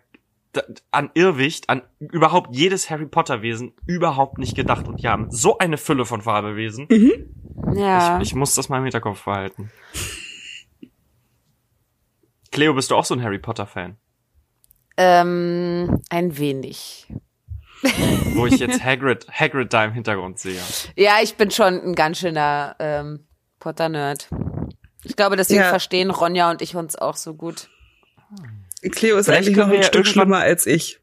[SPEAKER 1] d- an Irrwicht, an überhaupt jedes Harry Potter Wesen überhaupt nicht gedacht und die haben so eine Fülle von Fabelwesen.
[SPEAKER 3] ja.
[SPEAKER 1] Ich, ich muss das mal im Hinterkopf behalten. Cleo, bist du auch so ein Harry Potter Fan?
[SPEAKER 3] ähm, ein wenig.
[SPEAKER 1] Wo ich jetzt Hagrid, Hagrid da im Hintergrund sehe.
[SPEAKER 3] Ja, ich bin schon ein ganz schöner ähm, Potter-Nerd. Ich glaube, deswegen
[SPEAKER 2] Ja.
[SPEAKER 3] verstehen Ronja und ich uns auch so gut.
[SPEAKER 2] Cleo ist
[SPEAKER 1] Vielleicht
[SPEAKER 2] eigentlich noch
[SPEAKER 1] können wir
[SPEAKER 2] ein
[SPEAKER 1] ja
[SPEAKER 2] Stück
[SPEAKER 1] irgendwann-
[SPEAKER 2] schlimmer als ich.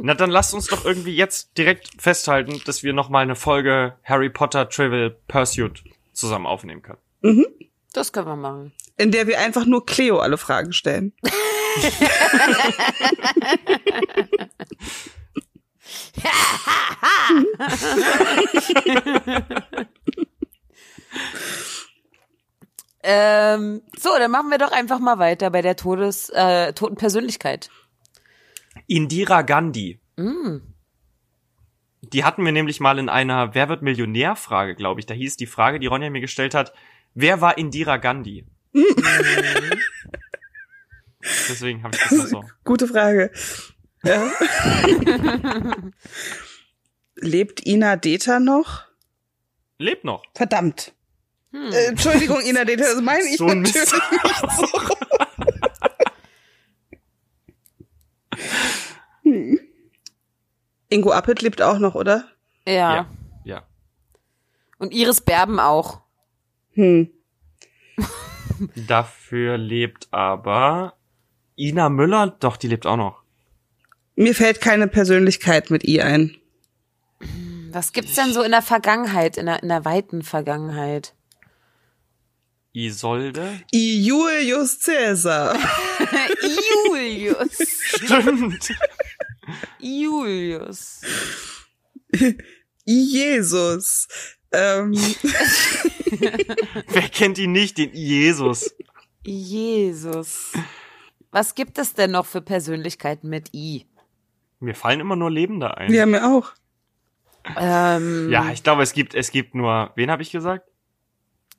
[SPEAKER 1] Na dann lasst uns doch irgendwie jetzt direkt festhalten, dass wir nochmal eine Folge Harry Potter Trivial Pursuit zusammen aufnehmen können.
[SPEAKER 3] Das können wir machen.
[SPEAKER 2] In der wir einfach nur Cleo alle Fragen stellen.
[SPEAKER 3] Ähm, so, dann machen wir doch einfach mal weiter bei der Todes, äh, toten Persönlichkeit.
[SPEAKER 1] Indira Gandhi. Die hatten wir nämlich mal in einer Wer wird Millionär Frage, glaube ich. Da hieß die Frage, die Ronja mir gestellt hat, wer war Indira Gandhi? Deswegen habe ich das noch so.
[SPEAKER 2] Gute Frage. Ja. Lebt Ina Deta noch?
[SPEAKER 1] Lebt noch.
[SPEAKER 2] Verdammt. Äh, Entschuldigung, Ina Deta, das meine ich
[SPEAKER 1] So Hm. ein
[SPEAKER 2] natürlich
[SPEAKER 1] Mist.
[SPEAKER 2] nicht so. Ingo Appelt lebt auch noch, oder?
[SPEAKER 3] Ja.
[SPEAKER 1] Ja. Ja.
[SPEAKER 3] Und Iris Berben auch.
[SPEAKER 2] Hm.
[SPEAKER 1] Dafür lebt aber Ina Müller, doch, die lebt auch noch.
[SPEAKER 2] Mir fällt keine Persönlichkeit mit I ein.
[SPEAKER 3] Was gibt's denn so in der Vergangenheit, in der, in der weiten Vergangenheit?
[SPEAKER 1] Isolde?
[SPEAKER 2] I Julius Caesar.
[SPEAKER 3] Julius.
[SPEAKER 1] Stimmt.
[SPEAKER 3] Julius.
[SPEAKER 2] I Jesus. Ähm,
[SPEAKER 1] Wer kennt ihn nicht, den Jesus?
[SPEAKER 3] Jesus. Was gibt es denn noch für Persönlichkeiten mit I?
[SPEAKER 1] Mir fallen immer nur Lebende ein.
[SPEAKER 2] wir haben ja auch.
[SPEAKER 3] Ähm,
[SPEAKER 1] Ja, ich glaube, es gibt, es gibt nur, wen habe ich gesagt?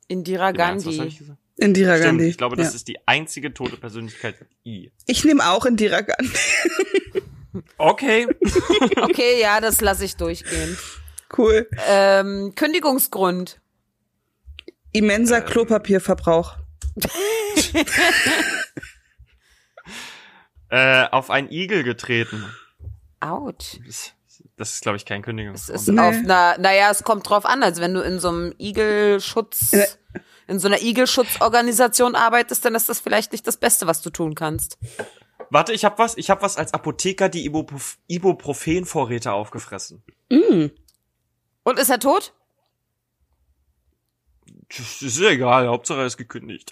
[SPEAKER 3] Indira
[SPEAKER 1] Wen hast du- was hab Genau, ich
[SPEAKER 3] Gandhi.
[SPEAKER 1] gesagt?
[SPEAKER 2] Indira
[SPEAKER 1] Stimmt,
[SPEAKER 2] Gandhi.
[SPEAKER 1] ich glaube, das
[SPEAKER 2] ja.
[SPEAKER 1] ist die einzige tote Persönlichkeit mit I.
[SPEAKER 2] ich nehme auch Indira Gandhi.
[SPEAKER 1] Okay.
[SPEAKER 3] Okay, ja, das lasse ich durchgehen.
[SPEAKER 2] Cool.
[SPEAKER 3] Ähm, Kündigungsgrund.
[SPEAKER 2] Immenser Klopapierverbrauch.
[SPEAKER 1] äh, auf einen Igel getreten.
[SPEAKER 3] Autsch.
[SPEAKER 1] Das, das ist, glaube ich, kein
[SPEAKER 3] Es
[SPEAKER 1] Kündigungsgrund.
[SPEAKER 3] ist
[SPEAKER 2] Nee.
[SPEAKER 3] auf einer, naja, es kommt drauf an, also wenn du in so einem Igelschutz,
[SPEAKER 2] Ja.
[SPEAKER 3] in so einer Igelschutzorganisation arbeitest, dann ist das vielleicht nicht das Beste, was du tun kannst.
[SPEAKER 1] Warte, ich habe was. Ich habe was als Apotheker die Ibuprof Ibuprofen-Vorräte aufgefressen.
[SPEAKER 3] Und ist er tot?
[SPEAKER 1] Das ist egal. Hauptsache er ist gekündigt.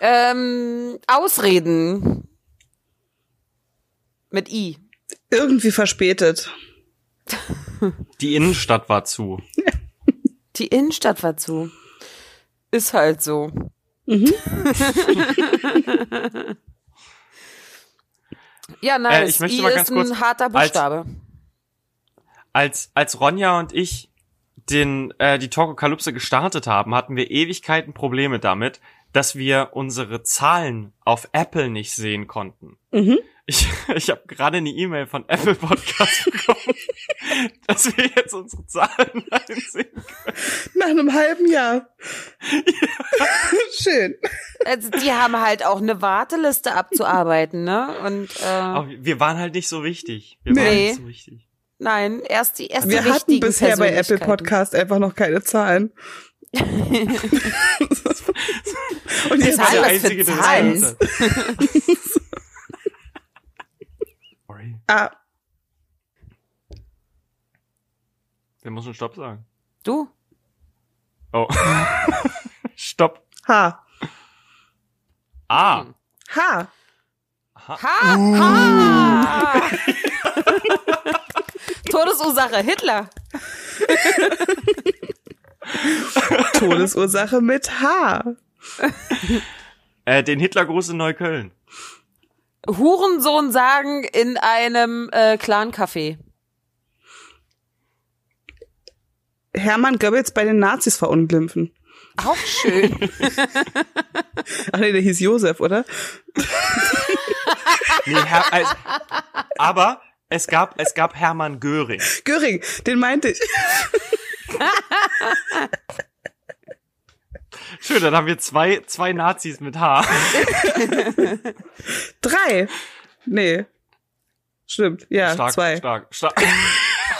[SPEAKER 3] Ähm, Ausreden. Mit I.
[SPEAKER 2] Irgendwie verspätet.
[SPEAKER 1] Die Innenstadt war zu.
[SPEAKER 3] Die Innenstadt war zu. Ist halt so. ja, nice.
[SPEAKER 1] Äh, ich möchte
[SPEAKER 3] I
[SPEAKER 1] mal
[SPEAKER 3] ist
[SPEAKER 1] ganz kurz
[SPEAKER 3] ein harter
[SPEAKER 1] als-
[SPEAKER 3] Buchstabe.
[SPEAKER 1] Als als Ronja und ich den äh, die Torkokalypse gestartet haben, hatten wir Ewigkeiten Probleme damit, dass wir unsere Zahlen auf Apple nicht sehen konnten.
[SPEAKER 2] Mhm.
[SPEAKER 1] Ich, ich habe gerade eine E-Mail von Apple Podcast bekommen, dass wir jetzt unsere Zahlen einsehen
[SPEAKER 2] Nach einem halben Jahr. Schön.
[SPEAKER 3] Also die haben halt auch eine Warteliste abzuarbeiten, ne? Und äh,
[SPEAKER 1] Aber wir waren halt nicht so wichtig. Wir waren
[SPEAKER 3] Nee.
[SPEAKER 1] nicht so wichtig.
[SPEAKER 3] nein, erst die erst
[SPEAKER 2] Wir
[SPEAKER 3] die
[SPEAKER 2] hatten
[SPEAKER 3] wichtigen
[SPEAKER 2] bisher bei Apple
[SPEAKER 3] Persönlichkeiten.
[SPEAKER 2] Podcast einfach noch keine Zahlen. Und
[SPEAKER 1] Ich
[SPEAKER 2] jetzt
[SPEAKER 1] war
[SPEAKER 3] Zahlen,
[SPEAKER 1] der
[SPEAKER 3] was für
[SPEAKER 1] Einzige, der das
[SPEAKER 3] Zahlen?
[SPEAKER 1] kannte. Sorry,
[SPEAKER 2] ah,
[SPEAKER 1] wir müssen Stopp sagen.
[SPEAKER 3] Du?
[SPEAKER 1] Oh. Stopp.
[SPEAKER 2] H.
[SPEAKER 1] Ah.
[SPEAKER 2] H.
[SPEAKER 3] Ha!
[SPEAKER 2] Uh.
[SPEAKER 3] ha. Todesursache Hitler.
[SPEAKER 2] Todesursache mit H.
[SPEAKER 1] Äh, den Hitlergruß in Neukölln.
[SPEAKER 3] Hurensohn sagen in einem äh, Clan-Café.
[SPEAKER 2] Hermann Goebbels bei den Nazis verunglimpfen.
[SPEAKER 3] Auch schön.
[SPEAKER 2] Ach nee, der hieß Josef, oder?
[SPEAKER 1] Nee, Herr, also, aber es gab, es gab Hermann Göring.
[SPEAKER 2] Göring, den meinte ich.
[SPEAKER 1] Schön, dann haben wir zwei, zwei Nazis mit Haar.
[SPEAKER 2] Drei. Nee. Stimmt. Ja,
[SPEAKER 1] Stark,
[SPEAKER 2] zwei.
[SPEAKER 1] stark, stark.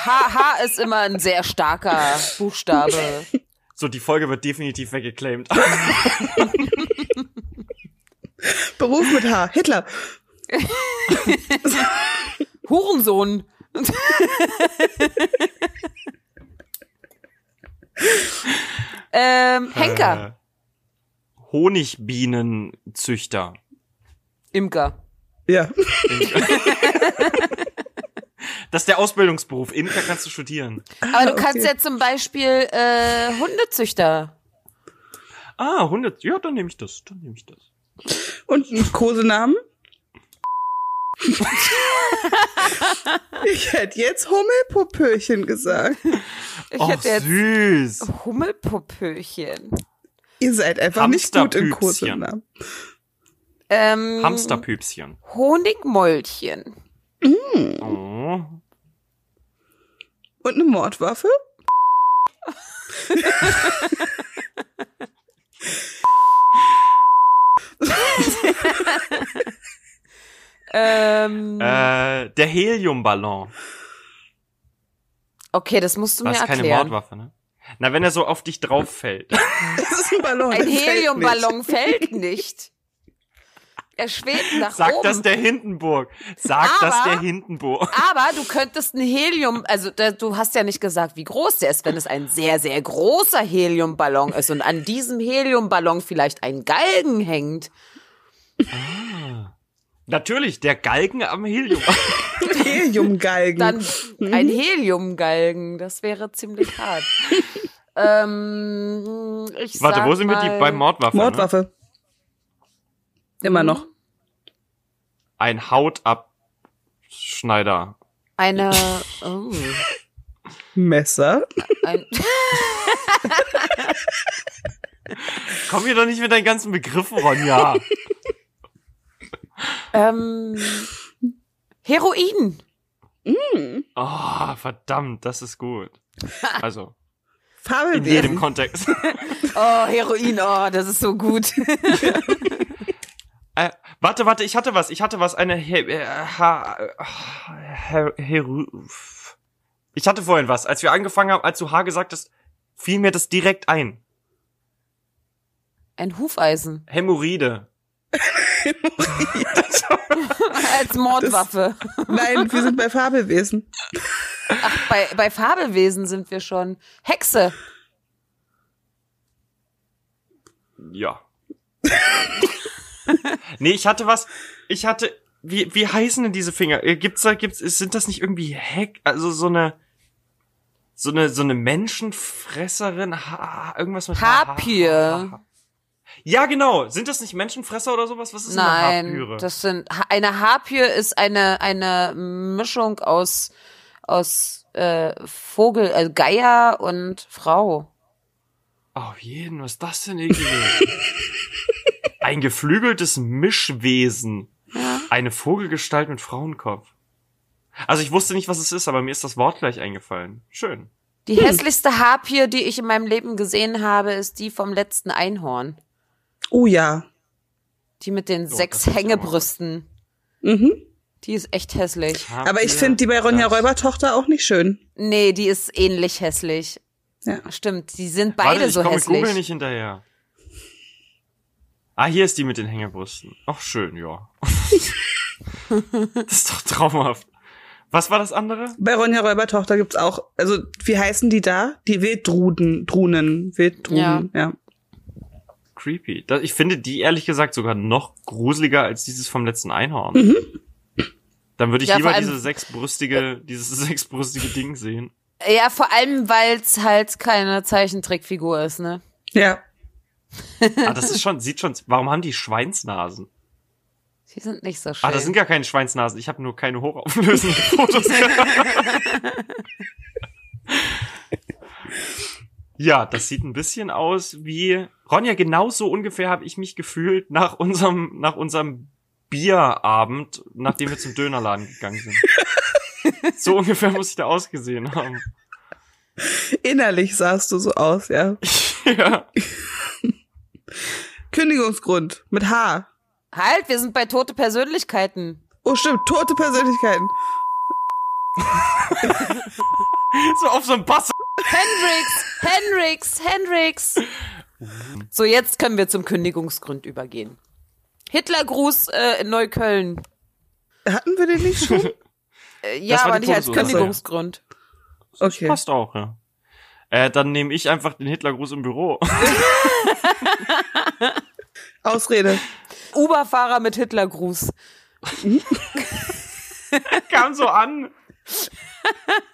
[SPEAKER 3] Ha, ha ist immer ein sehr starker Buchstabe.
[SPEAKER 1] So, die Folge wird definitiv weggeclaimed.
[SPEAKER 2] Beruf mit H. Hitler.
[SPEAKER 3] Hurensohn. ähm,
[SPEAKER 1] Ah. Äh,
[SPEAKER 3] Henker.
[SPEAKER 1] Honigbienenzüchter.
[SPEAKER 3] Imker.
[SPEAKER 2] Ja.
[SPEAKER 1] Das ist der Ausbildungsberuf. Imker kannst du studieren.
[SPEAKER 3] Aber du kannst
[SPEAKER 2] okay.
[SPEAKER 3] ja zum Beispiel äh, Hundezüchter.
[SPEAKER 1] Ah, 100. Ja, dann nehme ich das. Dann nehme ich das.
[SPEAKER 2] Und einen Kosenamen? ich hätte jetzt Hummelpopöchen gesagt.
[SPEAKER 3] Ich
[SPEAKER 1] Och,
[SPEAKER 3] hätte jetzt
[SPEAKER 1] süß.
[SPEAKER 3] Hummelpopöchen.
[SPEAKER 2] Ihr seid einfach nicht gut im
[SPEAKER 1] Hamsterpüpschen.
[SPEAKER 2] Kosenamen.
[SPEAKER 3] Ähm,
[SPEAKER 1] Hamsterpüpschen.
[SPEAKER 3] Honigmäulchen.
[SPEAKER 1] Oh.
[SPEAKER 2] Und eine Mordwaffe?
[SPEAKER 3] Ähm,
[SPEAKER 1] Äh, der Heliumballon.
[SPEAKER 3] okay, das musst du mir
[SPEAKER 1] Das ist keine
[SPEAKER 3] erklären.
[SPEAKER 1] Mordwaffe, ne? Na, wenn er so auf dich drauf fällt.
[SPEAKER 2] Das ist ein Ballon.
[SPEAKER 3] Ein
[SPEAKER 2] der fällt
[SPEAKER 3] Heliumballon fällt nicht. Er schwebt nach
[SPEAKER 1] Sagt
[SPEAKER 3] oben.
[SPEAKER 1] das der Hindenburg. Sagt das
[SPEAKER 3] Aber-
[SPEAKER 1] der Hindenburg.
[SPEAKER 3] aber du könntest ein Helium, also da, du hast ja nicht gesagt, wie groß der ist, wenn es ein sehr, sehr großer Heliumballon ist und an diesem Heliumballon vielleicht ein Galgen hängt.
[SPEAKER 1] Natürlich, der Galgen am Helium.
[SPEAKER 2] Nicht. Heliumgalgen.
[SPEAKER 3] Dann ein Heliumgalgen, das wäre ziemlich hart. ähm, ich
[SPEAKER 1] Warte,
[SPEAKER 3] sag
[SPEAKER 1] wo sind wir
[SPEAKER 3] mal,
[SPEAKER 1] die bei Mordwaffe? Ne?
[SPEAKER 2] Mordwaffe. Immer
[SPEAKER 3] Mhm.
[SPEAKER 2] noch.
[SPEAKER 1] Ein Hautabschneider.
[SPEAKER 3] Eine, oh,
[SPEAKER 2] Messer.
[SPEAKER 3] ein,
[SPEAKER 1] Komm hier doch nicht mit deinen ganzen Begriffen, Ronja.
[SPEAKER 3] ähm, Heroin.
[SPEAKER 1] Oh, verdammt, das ist gut. Also, in jedem
[SPEAKER 2] Fabelwesen.
[SPEAKER 1] Kontext.
[SPEAKER 3] Oh, Heroin, oh, das ist so gut.
[SPEAKER 1] Äh, warte, warte, ich hatte was, ich hatte was, eine He äh, ha Her Heru- Ich hatte vorhin was, als wir angefangen haben, als du H gesagt hast, fiel mir das direkt ein.
[SPEAKER 3] Ein Hufeisen.
[SPEAKER 1] Hämorrhoide.
[SPEAKER 3] Als Mordwaffe.
[SPEAKER 2] Nein, wir sind bei Fabelwesen.
[SPEAKER 3] Ach, bei, bei Fabelwesen sind wir schon. Hexe.
[SPEAKER 1] Ja. nee, ich hatte was, ich hatte wie wie heißen denn diese Finger? Äh, Gibt's da gibt's ist- sind das nicht irgendwie Heck, also so eine so eine so eine Menschenfresserin, ha, irgendwas mit H-
[SPEAKER 3] Harpie.
[SPEAKER 1] Ja, genau. Sind das nicht Menschenfresser oder sowas? Was ist eine
[SPEAKER 3] Nein,
[SPEAKER 1] Harpyre?
[SPEAKER 3] das sind Ha- eine Harpie ist eine eine Mischung aus aus äh, Vogel, äh, Geier und Frau.
[SPEAKER 1] Auf jeden, was ist das denn eklig? Ein geflügeltes Mischwesen. Eine Vogelgestalt mit Frauenkopf. Also ich wusste nicht, was es ist, aber mir ist das Wort gleich eingefallen. Schön.
[SPEAKER 3] Die
[SPEAKER 1] Hm.
[SPEAKER 3] hässlichste Harpie, die ich in meinem Leben gesehen habe, ist die vom letzten Einhorn.
[SPEAKER 2] Oh ja.
[SPEAKER 3] Die mit den
[SPEAKER 1] Oh, das
[SPEAKER 3] sechs
[SPEAKER 1] ist ja mal was.
[SPEAKER 3] Hängebrüsten.
[SPEAKER 2] Mhm.
[SPEAKER 3] Die ist echt hässlich.
[SPEAKER 2] Aber ich finde die bei Ronja
[SPEAKER 1] Das-
[SPEAKER 2] Räubertochter auch nicht schön.
[SPEAKER 3] Nee, die ist ähnlich hässlich.
[SPEAKER 2] Ja.
[SPEAKER 3] Stimmt, die sind
[SPEAKER 1] Warte,
[SPEAKER 3] beide
[SPEAKER 1] ich
[SPEAKER 3] so
[SPEAKER 1] komm mit
[SPEAKER 3] hässlich.
[SPEAKER 1] Google nicht hinterher. Ah, hier ist die mit den Hängebrüsten. Ach, schön, ja. das ist doch traumhaft. Was war das andere?
[SPEAKER 2] Bei Ronja Räubertochter gibt's auch, also wie heißen die da? Die Wilddruden, Drunen, Wilddrunen, ja.
[SPEAKER 1] Creepy. Da- Ich finde die ehrlich gesagt sogar noch gruseliger als dieses vom letzten Einhorn. Dann würde ich
[SPEAKER 3] Mhm. Ja,
[SPEAKER 1] lieber
[SPEAKER 3] vor allem-
[SPEAKER 1] diese sechsbrüstige, dieses sechsbrüstige Ding sehen.
[SPEAKER 3] Ja, vor allem, weil's halt keine Zeichentrickfigur ist, ne?
[SPEAKER 2] Ja.
[SPEAKER 1] Ah, das ist schon, sieht schon, warum haben die Schweinsnasen?
[SPEAKER 3] Die sind nicht so schön.
[SPEAKER 1] Ah, das sind gar keine Schweinsnasen. Ich habe nur keine hochauflösenden Fotos gehabt. Ja, das sieht ein bisschen aus wie Ronja, genauso ungefähr habe ich mich gefühlt nach unserem nach unserem Bierabend, nachdem wir zum Dönerladen gegangen sind. So ungefähr muss ich da ausgesehen haben.
[SPEAKER 2] Innerlich sahst du so aus, ja.
[SPEAKER 1] ja.
[SPEAKER 2] Kündigungsgrund mit H.
[SPEAKER 3] halt, wir sind bei tote Persönlichkeiten.
[SPEAKER 2] Oh stimmt, tote Persönlichkeiten.
[SPEAKER 1] So auf so einem Pass.
[SPEAKER 3] Hendrix, Hendrix, Hendrix. So, jetzt können wir zum Kündigungsgrund übergehen. Hitlergruß äh, in Neukölln.
[SPEAKER 2] Hatten wir den nicht schon?
[SPEAKER 3] Äh, ja,
[SPEAKER 1] Das war
[SPEAKER 3] aber
[SPEAKER 1] die
[SPEAKER 3] nicht als
[SPEAKER 1] Todesursache.
[SPEAKER 3] Kündigungsgrund.
[SPEAKER 2] Okay.
[SPEAKER 1] Passt auch, ja. Äh, dann nehme ich einfach den Hitlergruß im Büro.
[SPEAKER 2] Ausrede.
[SPEAKER 3] Uberfahrer mit Hitlergruß.
[SPEAKER 1] Kam so an.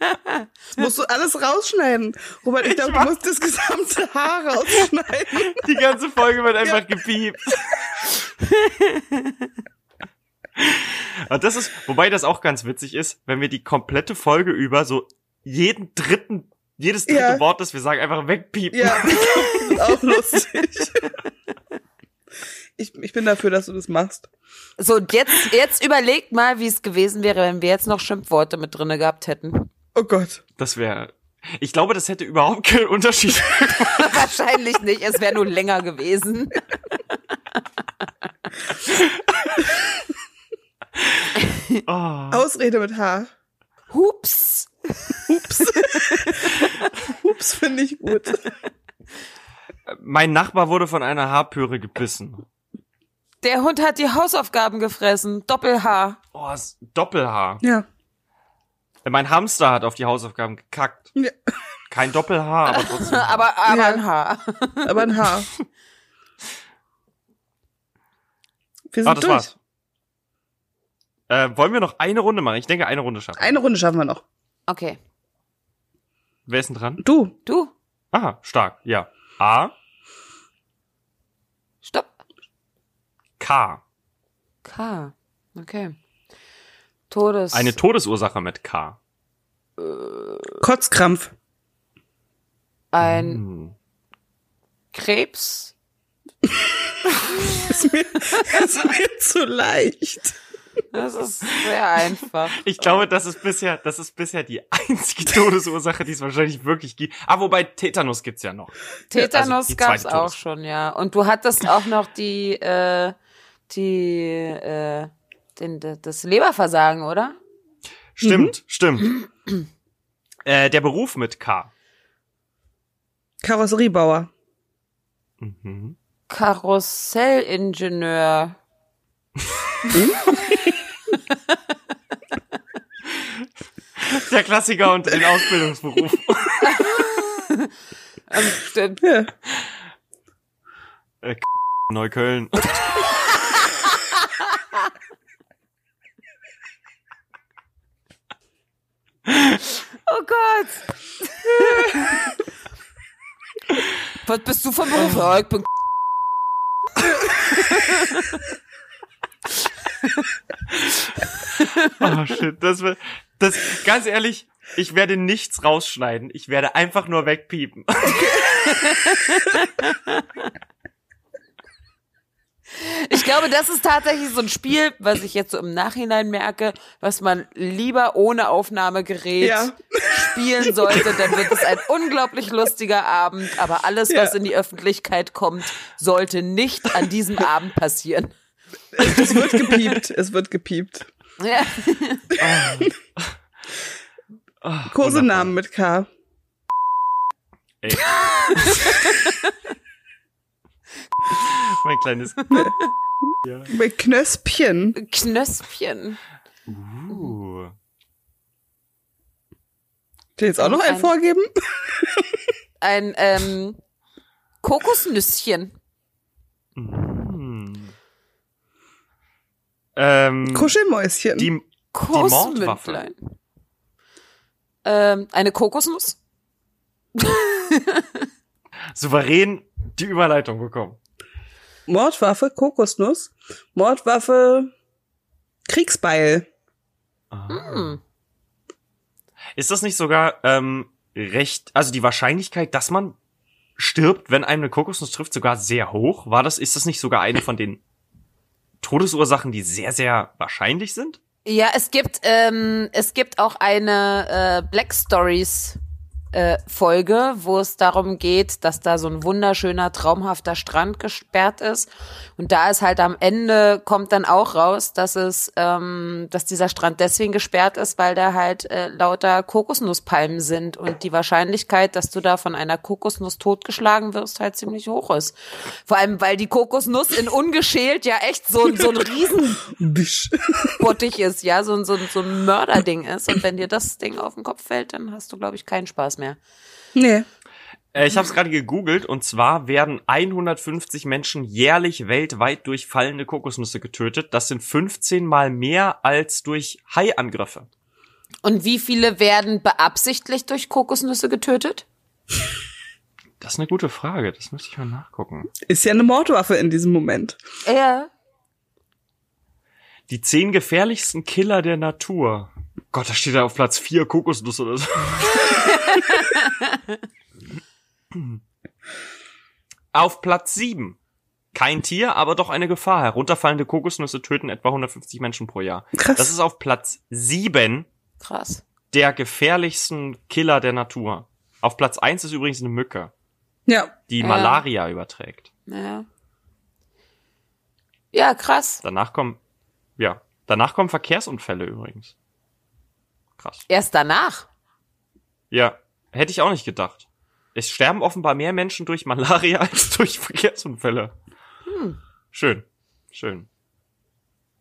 [SPEAKER 2] Das musst du alles rausschneiden. Robert, ich glaube, du
[SPEAKER 1] mach-
[SPEAKER 2] musst das gesamte Haar rausschneiden.
[SPEAKER 1] Die ganze Folge wird einfach gepiept. Aber das ist, wobei das auch ganz witzig ist, wenn wir die komplette Folge über so jeden dritten, jedes dritte
[SPEAKER 2] Ja.
[SPEAKER 1] Wort, das wir sagen, einfach wegpiepen.
[SPEAKER 2] Ja, das ist auch lustig. Ich, ich bin dafür, dass du das machst.
[SPEAKER 3] So, und jetzt, jetzt überlegt mal, wie es gewesen wäre, wenn wir jetzt noch Schimpfworte mit drinne gehabt hätten.
[SPEAKER 2] Oh Gott.
[SPEAKER 1] Das wäre, ich glaube, das hätte überhaupt keinen Unterschied.
[SPEAKER 3] Wahrscheinlich nicht, es wäre nur länger gewesen.
[SPEAKER 2] Ausrede mit H.
[SPEAKER 3] Hups.
[SPEAKER 2] Hups. Hups finde ich gut.
[SPEAKER 1] Mein Nachbar wurde von einer Haarpüre gebissen.
[SPEAKER 3] Der Hund hat die Hausaufgaben gefressen. Doppelhaar.
[SPEAKER 1] Oh, das Doppelhaar.
[SPEAKER 2] Ja.
[SPEAKER 1] Mein Hamster hat auf die Hausaufgaben gekackt.
[SPEAKER 2] Ja.
[SPEAKER 1] Kein Doppelhaar, aber trotzdem. Ah,
[SPEAKER 3] Aber, aber
[SPEAKER 2] Ja.
[SPEAKER 3] ein Haar.
[SPEAKER 2] Aber ein H. Wir sind
[SPEAKER 1] ah, das
[SPEAKER 2] durch.
[SPEAKER 1] war's. Äh, wollen wir noch eine Runde machen? Ich denke, eine Runde schaffen.
[SPEAKER 2] Eine Runde schaffen wir noch.
[SPEAKER 3] Okay.
[SPEAKER 1] Wer ist denn dran?
[SPEAKER 2] Du,
[SPEAKER 3] Du.
[SPEAKER 1] Aha, stark, ja. A,
[SPEAKER 3] Stopp.
[SPEAKER 1] K.
[SPEAKER 3] K. Okay. Todes.
[SPEAKER 1] Eine Todesursache mit K.
[SPEAKER 2] Kotzkrampf.
[SPEAKER 3] ein
[SPEAKER 1] Hm.
[SPEAKER 3] Krebs.
[SPEAKER 2] Ist mir, ist mir zu leicht.
[SPEAKER 3] Das ist sehr einfach.
[SPEAKER 1] Ich glaube, das ist bisher, das ist bisher die einzige Todesursache, die es wahrscheinlich wirklich gibt. Ah, wobei Tetanus gibt's ja noch.
[SPEAKER 3] Tetanus
[SPEAKER 1] die
[SPEAKER 3] gab's
[SPEAKER 1] zweite
[SPEAKER 3] auch
[SPEAKER 1] Todes-
[SPEAKER 3] schon, ja. Und du hattest auch noch die, äh, die, äh, den, de- das Leberversagen, oder?
[SPEAKER 1] Stimmt, stimmt. äh, der Beruf mit K.
[SPEAKER 2] Karosseriebauer.
[SPEAKER 1] Mhm.
[SPEAKER 3] Karussellingenieur.
[SPEAKER 1] Der Klassiker und den Ausbildungsberuf.
[SPEAKER 3] Und, äh,
[SPEAKER 2] Ja.
[SPEAKER 1] äh, K- Neukölln.
[SPEAKER 3] oh Gott. Was bist du von Beruf? Ja, ich bin
[SPEAKER 1] Oh shit, das wird, das, ganz ehrlich, ich werde nichts rausschneiden. Ich werde einfach nur wegpiepen.
[SPEAKER 3] Ich glaube, das ist tatsächlich so ein Spiel, was ich jetzt so im Nachhinein merke, was man lieber ohne Aufnahmegerät
[SPEAKER 2] Ja.
[SPEAKER 3] spielen sollte. Dann wird es ein unglaublich lustiger Abend. Aber alles,
[SPEAKER 2] Ja.
[SPEAKER 3] was in die Öffentlichkeit kommt, sollte nicht an diesem Abend passieren.
[SPEAKER 2] Es wird gepiept. Es wird gepiept.
[SPEAKER 3] Ja.
[SPEAKER 1] Ah,
[SPEAKER 2] Kosenamen mit K.
[SPEAKER 1] wundervoll. Mein kleines. ja.
[SPEAKER 2] Mit Knöspchen.
[SPEAKER 3] Knöspchen.
[SPEAKER 1] uh.
[SPEAKER 2] Dir jetzt auch noch einen
[SPEAKER 3] Ein-
[SPEAKER 2] vorgeben?
[SPEAKER 3] Ein ähm, Kokosnüsschen.
[SPEAKER 1] Hm.
[SPEAKER 2] Hm.
[SPEAKER 1] Ähm,
[SPEAKER 2] Kuschelmäuschen.
[SPEAKER 1] die, Mordwaffe.
[SPEAKER 3] Kussmündlein. Ähm, eine Kokosnuss.
[SPEAKER 1] souverän die Überleitung bekommen.
[SPEAKER 2] Mordwaffe, Kokosnuss. Mordwaffe, Kriegsbeil.
[SPEAKER 3] Hm.
[SPEAKER 1] Ist das nicht sogar ähm, recht, also die Wahrscheinlichkeit, dass man stirbt, wenn einem eine Kokosnuss trifft, sogar sehr hoch? War das, ist das nicht sogar eine von den Todesursachen, die sehr, sehr wahrscheinlich sind?
[SPEAKER 3] Ja, es gibt ähm, es gibt auch eine äh, Black Stories äh, Folge, wo es darum geht, dass da so ein wunderschöner traumhafter Strand gesperrt ist und da ist halt am Ende kommt dann auch raus, dass es ähm, dass dieser Strand deswegen gesperrt ist, weil da halt äh, lauter Kokosnusspalmen sind und die Wahrscheinlichkeit, dass du da von einer Kokosnuss totgeschlagen wirst, halt ziemlich hoch ist. Vor allem, weil die Kokosnuss in ungeschält ja echt so ein so ein riesen
[SPEAKER 2] Bisch.
[SPEAKER 3] bottig ist, ja, so, ein- so, ein- so ein Mörderding ist. Und wenn dir das Ding auf den Kopf fällt, dann hast du, glaube ich, keinen Spaß mehr.
[SPEAKER 2] Nee.
[SPEAKER 1] Äh, ich habe es gerade gegoogelt und zwar werden 150 Menschen jährlich weltweit durch fallende Kokosnüsse getötet. Das sind 15 mal mehr als durch Haiangriffe.
[SPEAKER 3] Und wie viele werden beabsichtlich durch Kokosnüsse getötet?
[SPEAKER 1] Das ist eine gute Frage, das müsste ich mal nachgucken.
[SPEAKER 2] Ist ja eine Mordwaffe in diesem Moment.
[SPEAKER 3] Ja.
[SPEAKER 1] Die zehn gefährlichsten Killer der Natur. Gott, da steht da auf Platz vier Kokosnuss oder so. auf Platz sieben. Kein Tier, aber doch eine Gefahr. Herunterfallende Kokosnüsse töten etwa 150 Menschen pro Jahr.
[SPEAKER 2] Krass.
[SPEAKER 1] Das ist auf Platz sieben
[SPEAKER 3] Krass.
[SPEAKER 1] der gefährlichsten Killer der Natur. Auf Platz eins ist übrigens eine Mücke,
[SPEAKER 2] ja.
[SPEAKER 1] die
[SPEAKER 3] Ja.
[SPEAKER 1] Malaria überträgt.
[SPEAKER 3] Ja. Ja, krass.
[SPEAKER 1] Danach kommen, ja, danach kommen Verkehrsunfälle übrigens. Krass.
[SPEAKER 3] Erst danach.
[SPEAKER 1] Ja, hätte ich auch nicht gedacht. Es sterben offenbar mehr Menschen durch Malaria als durch Verkehrsunfälle. Schön, schön.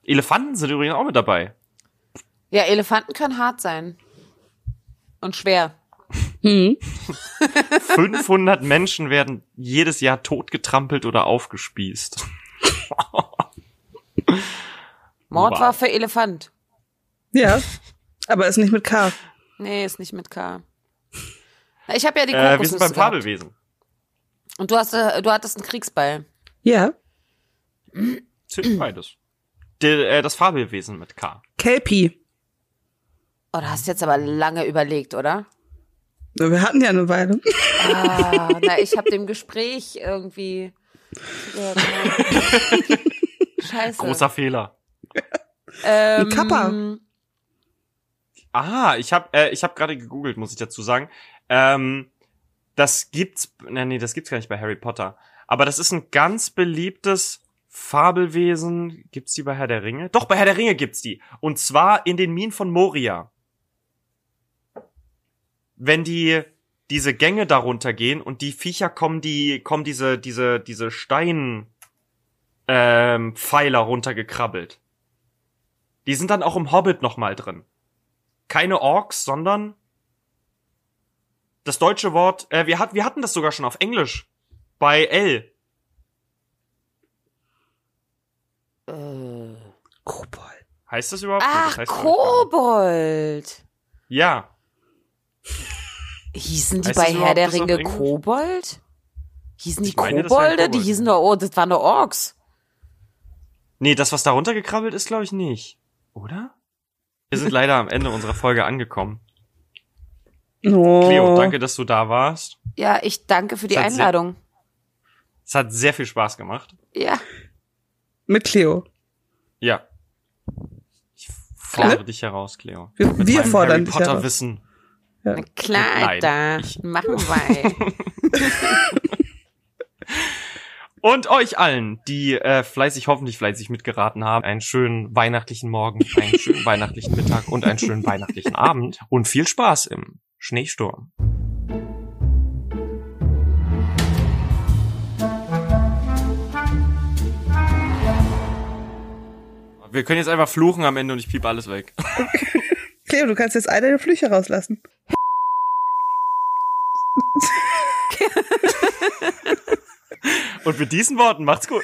[SPEAKER 1] Elefanten sind übrigens auch mit dabei.
[SPEAKER 3] Ja, Elefanten können hart sein. Und schwer.
[SPEAKER 2] Hm.
[SPEAKER 1] 500 Menschen werden jedes Jahr totgetrampelt oder aufgespießt.
[SPEAKER 3] Mordwaffe Elefant.
[SPEAKER 2] Ja. Aber ist nicht mit K.
[SPEAKER 3] Nee, ist nicht mit K. Na, Ich habe ja die
[SPEAKER 1] Äh, wir
[SPEAKER 3] Kokosnuss
[SPEAKER 1] sind beim
[SPEAKER 3] gehabt.
[SPEAKER 1] Fabelwesen.
[SPEAKER 3] Und du, hast, äh, du hattest einen Kriegsball.
[SPEAKER 2] Ja.
[SPEAKER 1] Zählt beides. De, äh, das Fabelwesen mit K.
[SPEAKER 2] Äh. Kelpie.
[SPEAKER 3] Oh, da hast du jetzt aber lange überlegt, oder?
[SPEAKER 2] Wir hatten ja eine Weile.
[SPEAKER 3] Ah, na, ich habe dem Gespräch irgendwie. zugehört. Scheiße.
[SPEAKER 1] Großer Fehler.
[SPEAKER 3] ähm,
[SPEAKER 2] Kappa.
[SPEAKER 1] Ah, ich habe äh, ich hab gerade gegoogelt, muss ich dazu sagen. Ähm, das gibt's, nee, nee, das gibt's gar nicht bei Harry Potter. Aber das ist ein ganz beliebtes Fabelwesen. Gibt's die bei Herr der Ringe? Doch, bei Herr der Ringe gibt's die. Und zwar in den Minen von Moria. Wenn die diese Gänge darunter gehen und die Viecher kommen, die kommen diese diese diese Stein ähm, Pfeiler runtergekrabbelt. Die sind dann auch im Hobbit nochmal drin keine Orks, sondern das deutsche Wort, äh, wir, hat, wir hatten das sogar schon auf Englisch. Bei L.
[SPEAKER 2] Kobold.
[SPEAKER 1] Heißt das überhaupt?
[SPEAKER 3] Äh, Ach,
[SPEAKER 1] das heißt überhaupt nicht.
[SPEAKER 3] Kobold.
[SPEAKER 1] Ja.
[SPEAKER 3] Hießen die
[SPEAKER 1] Heißt
[SPEAKER 3] bei
[SPEAKER 1] das
[SPEAKER 3] Herr
[SPEAKER 1] überhaupt
[SPEAKER 3] der
[SPEAKER 1] das auf
[SPEAKER 3] Ringe
[SPEAKER 1] Englisch?
[SPEAKER 3] Kobold? Hießen die
[SPEAKER 1] Ich meine, das wären
[SPEAKER 3] Kobolde? Die
[SPEAKER 1] Kobolde.
[SPEAKER 3] hießen doch, oh, das waren doch Orks.
[SPEAKER 1] Nee, das, was da runtergekrabbelt ist, glaube ich nicht. Oder? Wir sind leider am Ende unserer Folge angekommen.
[SPEAKER 2] Oh.
[SPEAKER 1] Cleo, danke, dass du da warst.
[SPEAKER 3] Ja, ich danke für die
[SPEAKER 1] Das hat sehr-
[SPEAKER 3] Einladung.
[SPEAKER 1] Es hat sehr viel Spaß gemacht.
[SPEAKER 3] Ja,
[SPEAKER 2] Mit Cleo.
[SPEAKER 1] Ja. Ich fordere
[SPEAKER 2] Klar.
[SPEAKER 1] dich heraus, Cleo.
[SPEAKER 2] Wir-
[SPEAKER 1] Mit
[SPEAKER 2] wir
[SPEAKER 1] meinem
[SPEAKER 2] fordern
[SPEAKER 1] Harry
[SPEAKER 2] dich
[SPEAKER 1] Potter
[SPEAKER 2] heraus.
[SPEAKER 1] Wissen.
[SPEAKER 3] na klar,
[SPEAKER 1] Nein,
[SPEAKER 3] Alter.
[SPEAKER 1] ich-
[SPEAKER 3] Machen wir.
[SPEAKER 1] Und euch allen, die äh, fleißig, hoffentlich fleißig mitgeraten haben, einen schönen weihnachtlichen Morgen, einen schönen weihnachtlichen Mittag und einen schönen weihnachtlichen Abend und viel Spaß im Schneesturm. Wir können jetzt einfach fluchen am Ende und ich piep alles weg.
[SPEAKER 2] Cleo, du kannst jetzt eine der Flüche rauslassen.
[SPEAKER 1] Und mit diesen Worten macht's gut.